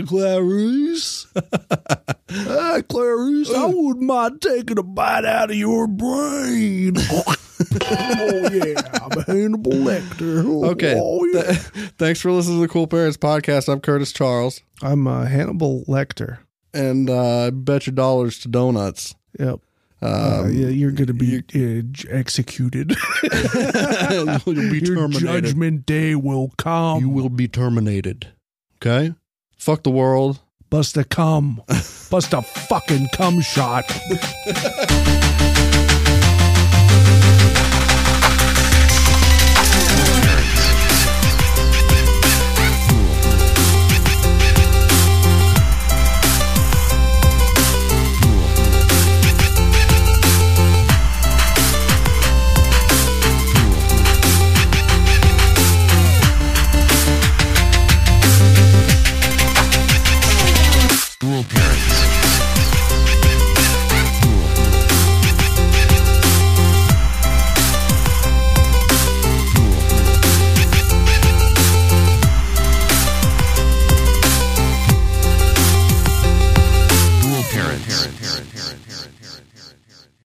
Speaker 1: Clarice. hey, Clarice, I wouldn't mind taking a bite out of your brain. oh, yeah. I'm Hannibal Lecter. Oh,
Speaker 2: Okay.
Speaker 1: Oh, yeah.
Speaker 2: Th- thanks for listening to the Cool Parents podcast. I'm Curtis Charles,
Speaker 1: I'm uh, Hannibal Lecter.
Speaker 2: and uh, I bet your dollars to donuts.
Speaker 1: Yep. Uh,
Speaker 2: Um,
Speaker 1: yeah, you're going to be uh, j- executed.
Speaker 2: You'll be
Speaker 1: your
Speaker 2: terminated.
Speaker 1: judgment day will come.
Speaker 2: You will be terminated. Okay. Fuck the world.
Speaker 1: bust a cum. bust a fucking cum shot.
Speaker 5: Rule parents. Rule. Rule. Rule parents.